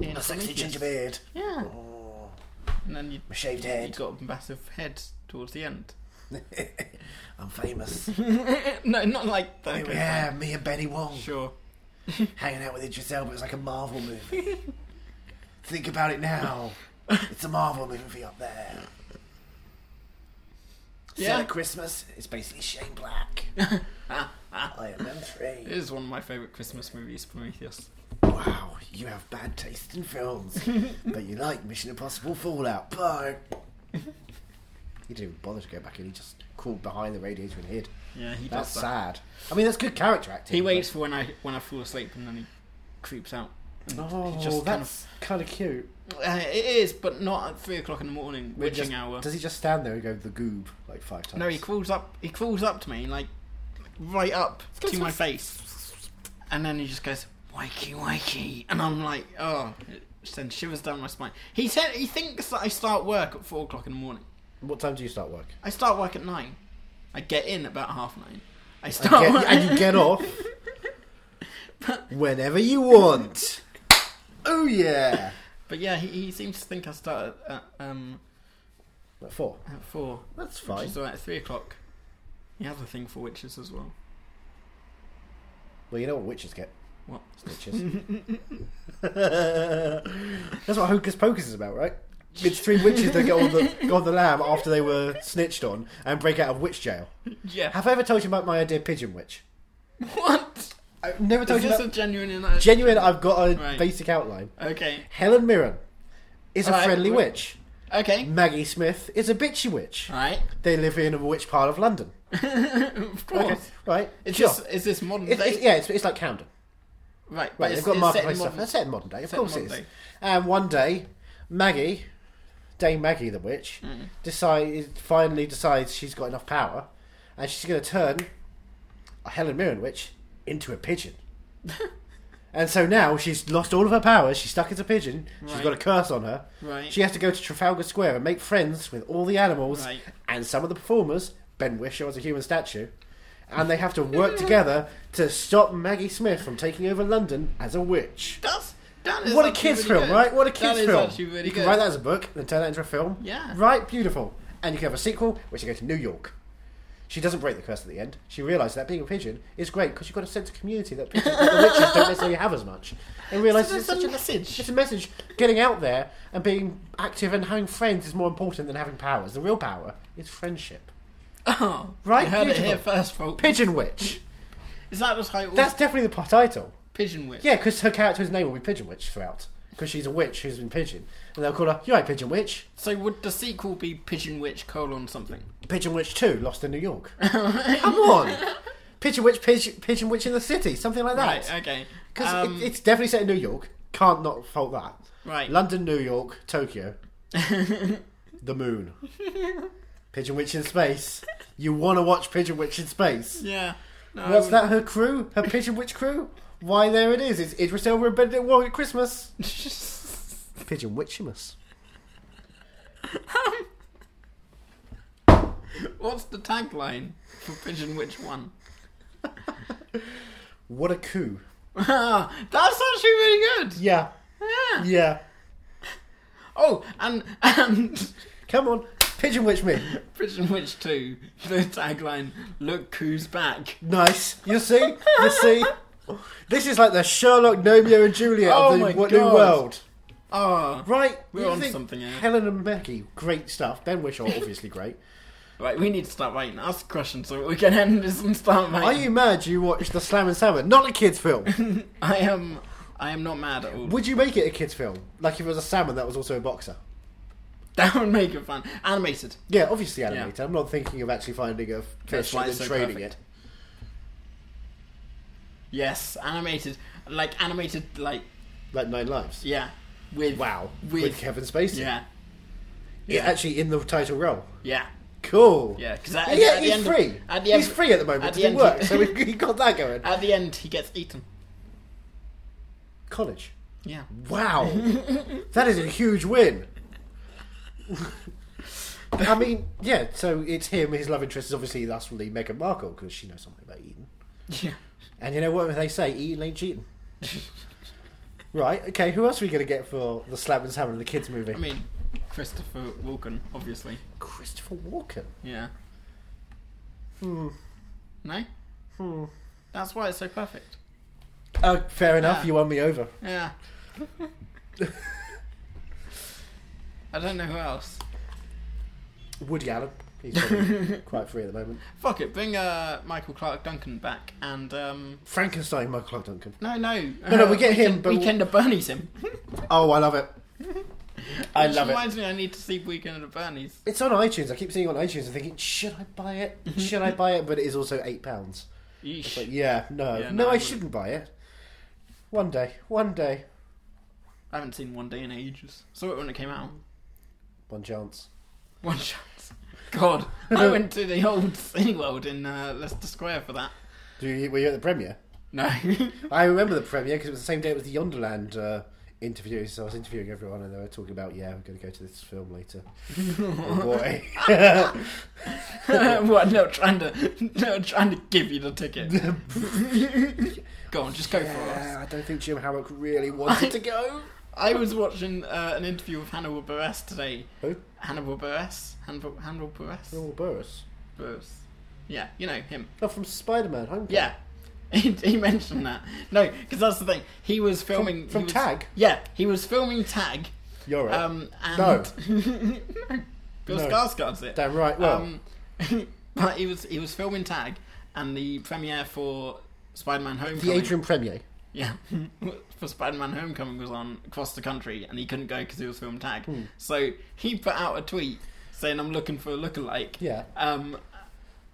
B: In
A: a sexy
B: Prometheus.
A: ginger beard.
B: Yeah,
A: Oh,
B: and then you
A: my shaved
B: you
A: head.
B: got a massive head towards the end.
A: I'm famous.
B: no, not like that. Okay,
A: Oh, yeah, me and Benny Wong
B: Sure.
A: hanging out with Idris Elba. It's like a Marvel movie. Think about it now. It's a Marvel movie up there. Yeah.
B: Yeah.
A: Set at Christmas. It's basically Shane Black. I am
B: It
A: three.
B: is one of my favourite Christmas movies, Prometheus.
A: Wow, you have bad taste in films, but you like Mission Impossible Fallout. Bye. He didn't even bother to go back in. He just crawled behind the radiator and hid.
B: Yeah, he
A: That's
B: does that.
A: sad. I mean, that's good character acting.
B: He
A: but-
B: waits for when I when I fall asleep and then he creeps out. And
A: Oh,
B: he just kind of-
A: that's kind of cute.
B: uh, it is, but not at three o'clock in the morning,
A: It
B: witching
A: just-
B: hour.
A: Does he just stand there and go the goob like five times?
B: No, he crawls up. He crawls up to me, like right up to my face, and then he just goes wakey wakey, and I'm like, oh, it sends shivers down my spine. He said he thinks that I start work at four o'clock in the morning.
A: What time do you start work?
B: I start work at nine. I get in about half nine. I
A: You
B: start
A: get-
B: work.
A: and you get off whenever you want. Oh yeah.
B: But yeah, he, he seems to think I start at, at, um,
A: At four.
B: at four.
A: That's
B: Which
A: fine.
B: is alright, at three o'clock. He has a thing for witches as well.
A: Well, you know what witches get.
B: What?
A: Snitches. That's what Hocus Pocus is about, right? It's three witches that go on the go on the lam after they were snitched on and break out of witch jail.
B: Yeah.
A: Have I ever told you about my idea, pigeon witch?
B: what?
A: I've never told
B: Is
A: you.
B: this
A: about-
B: a genuine? uh,
A: Genuine. I've got a
B: Right.
A: basic outline.
B: Okay.
A: Helen Mirren is a
B: Alright,
A: friendly
B: we-
A: witch.
B: Okay.
A: Maggie Smith is a bitchy witch.
B: Right.
A: They live in a witch part of London.
B: of course.
A: Right?
B: Is
A: Sure.
B: this is this modern
A: It's-
B: day?
A: it's- yeah, it's, it's like Camden.
B: Right. but
A: Right,
B: it's-
A: they've got
B: it's set in
A: marketplace stuff.
B: modern-
A: That's set in modern day, of
B: set in
A: course it is.
B: modern day.
A: And one day, Maggie, Dame Maggie the witch,
B: Hmm.
A: decides finally decides she's got enough power, and she's going to turn a Helen Mirren witch into a pigeon. and so now she's lost all of her powers. She's stuck as a pigeon. She's
B: Right.
A: got a curse on her.
B: Right.
A: She has to go to Trafalgar Square and make friends with all the animals
B: Right.
A: and some of the performers. Ben Wisher was a human statue. And they have to work together to stop Maggie Smith from taking over London as a witch.
B: That's that is
A: what a
B: actually
A: kids'
B: really
A: film,
B: good.
A: right? What a kids'
B: that
A: film.
B: Is actually really
A: you can
B: good.
A: write that as a book and turn that into a film.
B: Yeah.
A: Right, beautiful. And you can have a sequel, which you go to New York. She doesn't break the curse at the end. She realises that being a pigeon is great because you've got a sense of community that, pigeons, that the witches don't necessarily have as much. And realises
B: So
A: it's
B: there's
A: such
B: a
A: a
B: message.
A: It's a message. Getting out there and being active and having friends is more important than having powers. The real power is friendship.
B: Oh,
A: Right,
B: You heard it
A: beautiful.
B: here first, folks.
A: Pigeon Witch.
B: Is that the title?
A: That's definitely the title.
B: pigeon witch.
A: Yeah, because her character's name will be Pigeon Witch throughout. Because she's a witch who's been pigeon. And they'll call her, you're right, Pigeon Witch.
B: So would the sequel be Pigeon Witch colon something?
A: Pigeon Witch 2, Lost in New York. Come on! Pigeon Witch, Pigeon, Pigeon Witch in the City, something like that.
B: Right. Okay.
A: Because
B: Um,
A: it, it's definitely set in New York. Can't not fault that.
B: Right.
A: London, New York, Tokyo. the moon. Pigeon Witch in space. You want to watch Pigeon Witch in space.
B: yeah. No, I
A: What's
B: wouldn't.
A: that, her crew? Her Pigeon Witch crew? Why, there it is. It's Idris Elba and Benedict Wong at Christmas. Pigeon Witchimus.
B: What's the tagline for Pigeon Witch One?
A: What a coup.
B: Ah, That's actually really good.
A: Yeah.
B: Yeah.
A: Yeah.
B: Oh, and and
A: Come on. Pigeon Witch me.
B: Pigeon Witch Two. The tagline: Look who's back.
A: Nice. You see? You see? This is like the Sherlock, Romeo and Juliet
B: Oh
A: of the
B: my
A: w-
B: God.
A: New World.
B: Oh,
A: Right?
B: We're
A: you
B: on
A: think
B: something here.
A: Helen and Maggie, great stuff. Ben Wishaw, obviously great.
B: Right, we need to start writing. Ask a question so we can end this and start
A: Are
B: writing.
A: you mad you watched the Slam and Salmon? Not a kids' film.
B: I am. I am not mad at all.
A: Would you make it a kids' film? Like if it was a salmon that was also a boxer?
B: That would make it fun. Animated.
A: Yeah, obviously animated. I'm not thinking of actually finding a fish
B: why
A: and
B: it's
A: then
B: so
A: trading
B: perfect.
A: it.
B: Yes, animated. Like animated. Like
A: Like Nine Lives.
B: yeah. With
A: Wow. With,
B: With,
A: Kevin Spacey.
B: Yeah.
A: Yeah, actually in the title role.
B: Yeah.
A: Cool.
B: Yeah. Because at,
A: yeah,
B: at the
A: he's
B: end of-
A: free.
B: at the end,
A: he's free at the moment.
B: at
A: At
B: the
A: he
B: end-
A: works, so we, he got that going.
B: At the end, he gets eaten.
A: College.
B: Yeah.
A: Wow, that is a huge win. I mean, yeah. So it's him. His love interest is obviously that's really Meghan Markle because she knows something about eating.
B: Yeah.
A: And you know what they say? Eating ain't cheating. right. Okay. Who else are we gonna get for the slap and salmon in the kids movie?
B: I mean, Christopher Walken, obviously.
A: Christopher Walken.
B: Yeah. Hmm. No. Hmm. That's why it's so perfect.
A: Oh, fair enough.
B: Yeah.
A: You won me over.
B: Yeah. I don't know who else.
A: Woody Allen. He's probably quite free at the moment.
B: Fuck it, bring uh, Michael Clark Duncan back and um
A: Frankenstein. Michael Clark Duncan.
B: no no
A: no, we get him,
B: Weekend,
A: but-
B: Weekend of Bernie's him.
A: Oh, I love it. I
B: Which
A: love it.
B: reminds me, I need to see Weekend of Bernie's.
A: It's on iTunes. I keep seeing it on iTunes and thinking, should I buy it? Should I buy it? But it is also eight pounds.
B: Yeesh.
A: But yeah, no,
B: Yeah,
A: no,
B: no, I
A: I
B: wouldn't.
A: shouldn't buy it. One day, one day,
B: I haven't seen One Day in ages. Saw it when it came out.
A: one chance.
B: One chance. God, I went to the old Cineworld in uh, Leicester Square for that.
A: Do you, were you at the premiere?
B: No.
A: I remember the premiere because it was the same day it was the Yonderland uh, interview. So I was interviewing everyone and they were talking about, yeah, we're going to go to this film later. oh boy,
B: what? No, trying to, no, trying to give you the ticket. go on, just go for it.
A: yeah, I don't think Jim Hammock really wanted to go.
B: I was watching uh, an interview with Hannibal Buress today.
A: Who?
B: Hannibal Buress? Hannibal, Hannibal Buress?
A: Noel Burris.
B: Buress. Yeah, you know him.
A: Oh, from Spider-Man. Homecoming.
B: Yeah. He, he mentioned that. No, because that's the thing. He was filming.
A: from
B: he was-
A: Tag?
B: Yeah, he was filming Tag.
A: you're right.
B: Um, and
A: No.
B: Bill
A: No.
B: Skarsgård's it.
A: Damn right. Well,
B: Um, but he was he was filming Tag and the premiere for Spider-Man Homecoming.
A: the Adrian premiere.
B: Yeah, for Spider-Man Homecoming was on across the country, and he couldn't go because he was filming Tag.
A: Hmm.
B: So he put out a tweet saying, "I'm looking for a lookalike."
A: Yeah.
B: Um,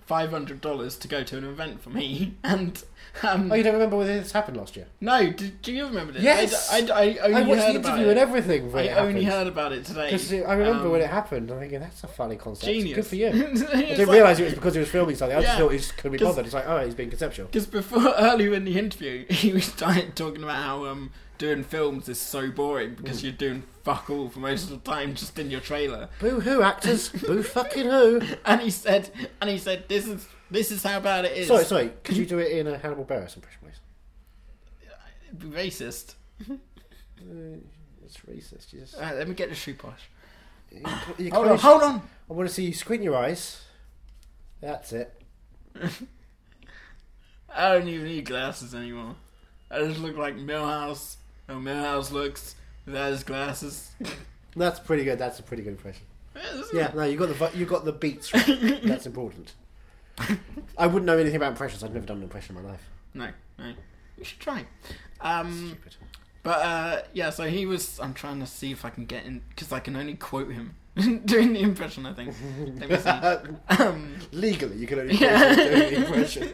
B: five hundred dollars to go to an event for me, and um,
A: Oh, you don't remember when this happened last year?
B: no, did, do you remember this?
A: Yes!
B: I, I, I only
A: I watched
B: heard
A: the
B: about
A: interview
B: it.
A: and everything. When
B: I
A: it
B: only
A: happened.
B: heard about it today.
A: Because I remember
B: Um,
A: when it happened, I'm thinking that's a funny concept.
B: Genius.
A: Good for you. I didn't
B: It's like-
A: realise it was because he was filming something. I
B: Yeah.
A: just thought he just couldn't be
B: 'Cause-
A: bothered. It's like, oh, he's being conceptual.
B: Because before earlier in the interview, he was t- talking about how um, doing films is so boring because you're doing fuck all for most of the time, just in your trailer.
A: Boo hoo, actors. Boo fucking hoo.
B: And he said, and he said, this is this is how bad it is.
A: Sorry, sorry. Could you do it in a Hannibal Buress impression, please?
B: It'd be racist.
A: Uh, It's racist. You just,
B: Uh, let me get the shoe posh.
A: you, you
B: Hold on,
A: close-
B: hold on.
A: I want to see you squint your eyes. That's it.
B: I don't even need glasses anymore. I just look like Millhouse. How Millhouse looks without his glasses.
A: That's pretty good. That's a pretty good impression.
B: Isn't
A: Yeah,
B: it?
A: no, you got the vi- you got the beats. Right. That's important. I wouldn't know anything about impressions. I've never done an impression in my life.
B: No, no. You should try. Um,
A: Stupid.
B: But uh, yeah, so he was. I'm trying to see if I can get in because I can only quote him doing the impression. I think. Let me see. Um,
A: Legally, you can only yeah. do an impression.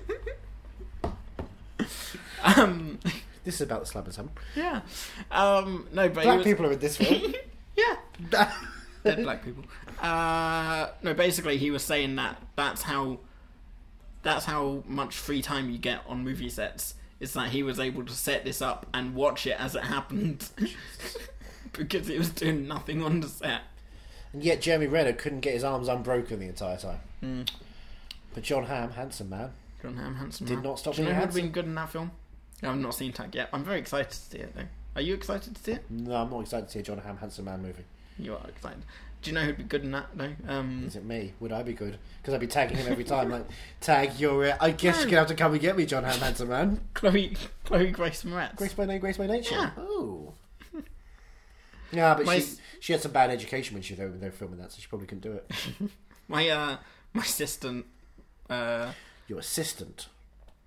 B: um,
A: This is about the slab and salmon.
B: yeah. Um, no, but
A: Black
B: he was,
A: people are in this film.
B: yeah, dead black people. Uh, no, basically he was saying that that's how that's how much free time you get on movie sets. Is that he was able to set this up and watch it as it happened because he was doing nothing on the set.
A: and yet Jeremy Renner couldn't get his arms unbroken the entire time. But John Hamm, handsome man.
B: John Hamm, handsome.
A: Did
B: man.
A: not stop
B: Do you know
A: being
B: who had
A: handsome.
B: been good in that film? I've not seen Tag yet. I'm very excited to see it though. Are you excited to see it?
A: No, I'm not excited to see a John Hamm handsome man movie.
B: You are excited. Do you know who'd be good in that though? Um,
A: Is it me? Would I be good? Because I'd be tagging him every time. Like, tag, you're it. I guess you're gonna have to come and get me, John Hamm handsome man.
B: Chloe Chloe Grace Moretz.
A: Grace by name, grace by nature.
B: Yeah.
A: Oh. Yeah, but
B: My
A: she
B: s-
A: she had some bad education when she was over there filming that, so she probably couldn't do it.
B: My uh, my sister, uh,
A: Your assistant.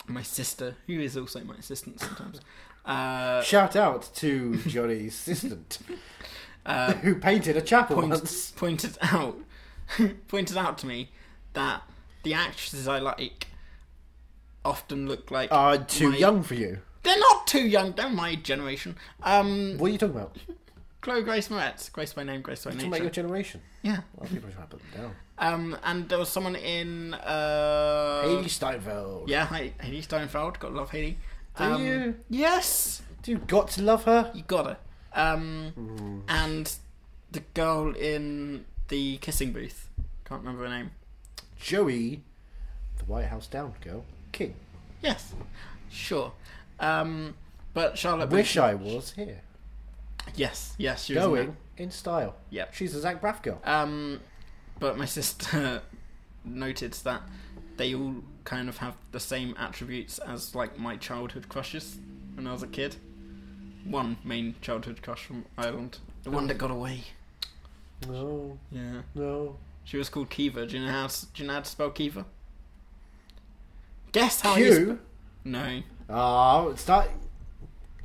B: my sister, who is also my assistant sometimes, uh,
A: Shout out to Johnny's assistant, who painted a chapel once.
B: pointed, uh, pointed out pointed out to me that the actresses I like often look like
A: Are Uh, too
B: my-
A: young for you.
B: They're not too young. They're my generation. Um,
A: What are you talking about? Talking
B: Chloe Grace Moretz, Grace by name, Grace by
A: about
B: nature.
A: your generation.
B: yeah.
A: Well, people try to put them down.
B: Um, and there was someone in uh,
A: Haley Steinfeld.
B: Yeah, Hei- Hedy Steinfeld. Gotta love Hedy.
A: Do you?
B: Um, Yes,
A: Do you got to love her?
B: you gotta. Um, and the girl in the kissing booth. Can't remember her name.
A: Joey, the White House Down girl, King.
B: Yes, sure. Um, but Charlotte.
A: Wish
B: Winston-
A: I was here.
B: Yes, yes, she was in
A: Going in style.
B: Yep.
A: She's a Zach Braff girl.
B: that. Um, but my sister noted that they all kind of have the same attributes as like my childhood crushes when I was a kid. One main childhood crush from Ireland, the one that got away.
A: No,
B: Yeah.
A: no.
B: She was called Kiva. Do you know how? s- Do you know how to spell Kiva? Guess how you.
A: Q.
B: sp- no.
A: Oh, start.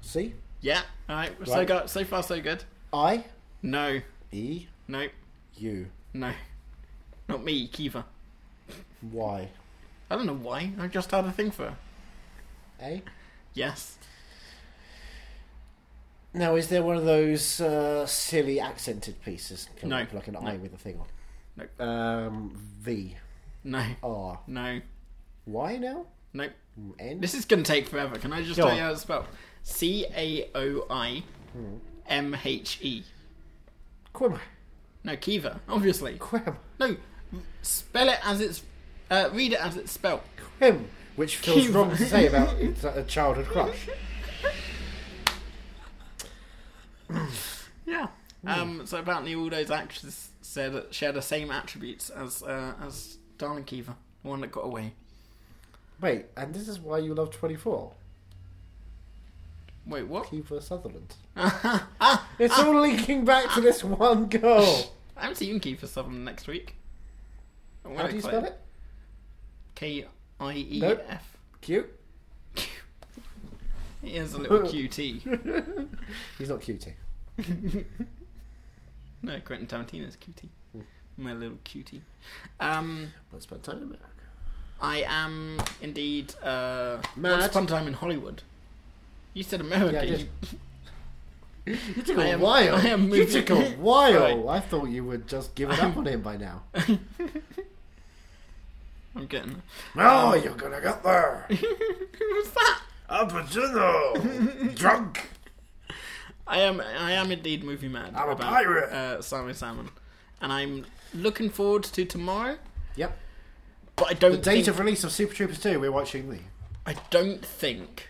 A: See?
B: Yeah. All right. So
A: Right.
B: go. So far, so good.
A: I.
B: No.
A: E.
B: No.
A: U.
B: No. Not me, Kiva.
A: Y.
B: I don't know why. I just had a thing for her.
A: A.
B: Yes.
A: Now, is there one of those uh, silly accented pieces? Can
B: No.
A: I put, Like an
B: No.
A: I with a thing on.
B: Nope.
A: Um, v.
B: No.
A: R.
B: No.
A: Y now?
B: Nope.
A: N?
B: This is gonna take forever. Can I just
A: Go
B: tell
A: on.
B: you how it's spelled? C A O I M H E.
A: Quim.
B: No, Kiva. Obviously.
A: Quim.
B: No. Spell it as it's. Uh, read it as it's spelled.
A: Quim. Which feels
B: Keep-
A: wrong to say about it's a childhood crush.
B: Yeah. Um, so apparently all those actors said share the same attributes as uh, as Darling Kiva, the one that got away.
A: Wait, and this is why you love 24?
B: Wait, what? Ah!
A: Kiva Sutherland. it's all linking back to this one girl.
B: I haven't seen Kiva Sutherland next week. When
A: How
B: I
A: do you
B: play-
A: spell it?
B: K I E
A: Nope.
B: F.
A: Cute?
B: He is a little QT.
A: He's not cutie.
B: No, Quentin Tarantino's QT.
A: Hmm.
B: My little cutie. Um,
A: Let's spend time in America.
B: I am indeed uh,
A: Mad.
B: once upon a time in Hollywood. You said America.
A: Yeah, I did.
B: you-
A: You took a
B: I am-
A: while.
B: I am
A: you
B: moving-
A: took a while.
B: Right.
A: I thought you would just give it up on him by now.
B: I'm getting.
A: No, you're gonna get there.
B: What's that?
A: Al Pacino, drunk.
B: I am I am indeed movie mad.
A: I'm a pirate.
B: Uh, Simon Salmon, and I'm looking forward to tomorrow.
A: Yep.
B: But I don't
A: The date
B: think,
A: of release of Super Troopers 2, we're watching the.
B: I don't think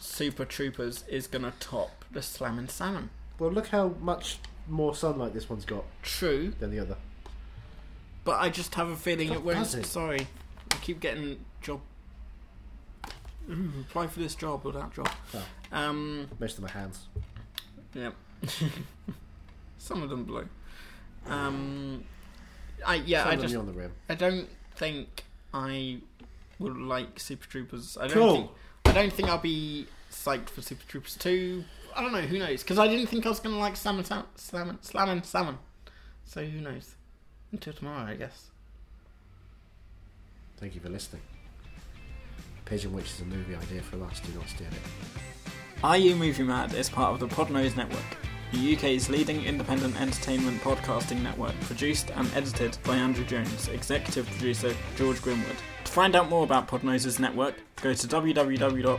B: Super Troopers is gonna top the Slam and Salmon.
A: Well, look how much more sunlight this one's got
B: True,
A: than the other.
B: but I just have a feeling it won't.
A: does it?
B: Sorry, I keep getting job. Ooh, apply for this job or that job.
A: Oh.
B: Um,
A: Most of my hands.
B: yeah. Some of them blow. Um, I yeah.
A: Some
B: I
A: of them
B: just
A: are on the rim.
B: I don't think I would like Super Troopers. I don't
A: Cool.
B: think I don't think I'll be psyched for Super Troopers two. I don't know. Who knows? Because I didn't think I was gonna like salmon, Sal- salmon, salmon, salmon. So who knows? Until tomorrow, I guess.
A: Thank you for listening. Pigeon Witch is a movie idea for us. Do not steal it.
B: Are You Movie Mad is part of the Podnose Network, the UK's leading independent entertainment podcasting network, produced and edited by Andrew Jones, executive producer George Grimwood. To find out more about Podnose's network, go to www.podnose.com.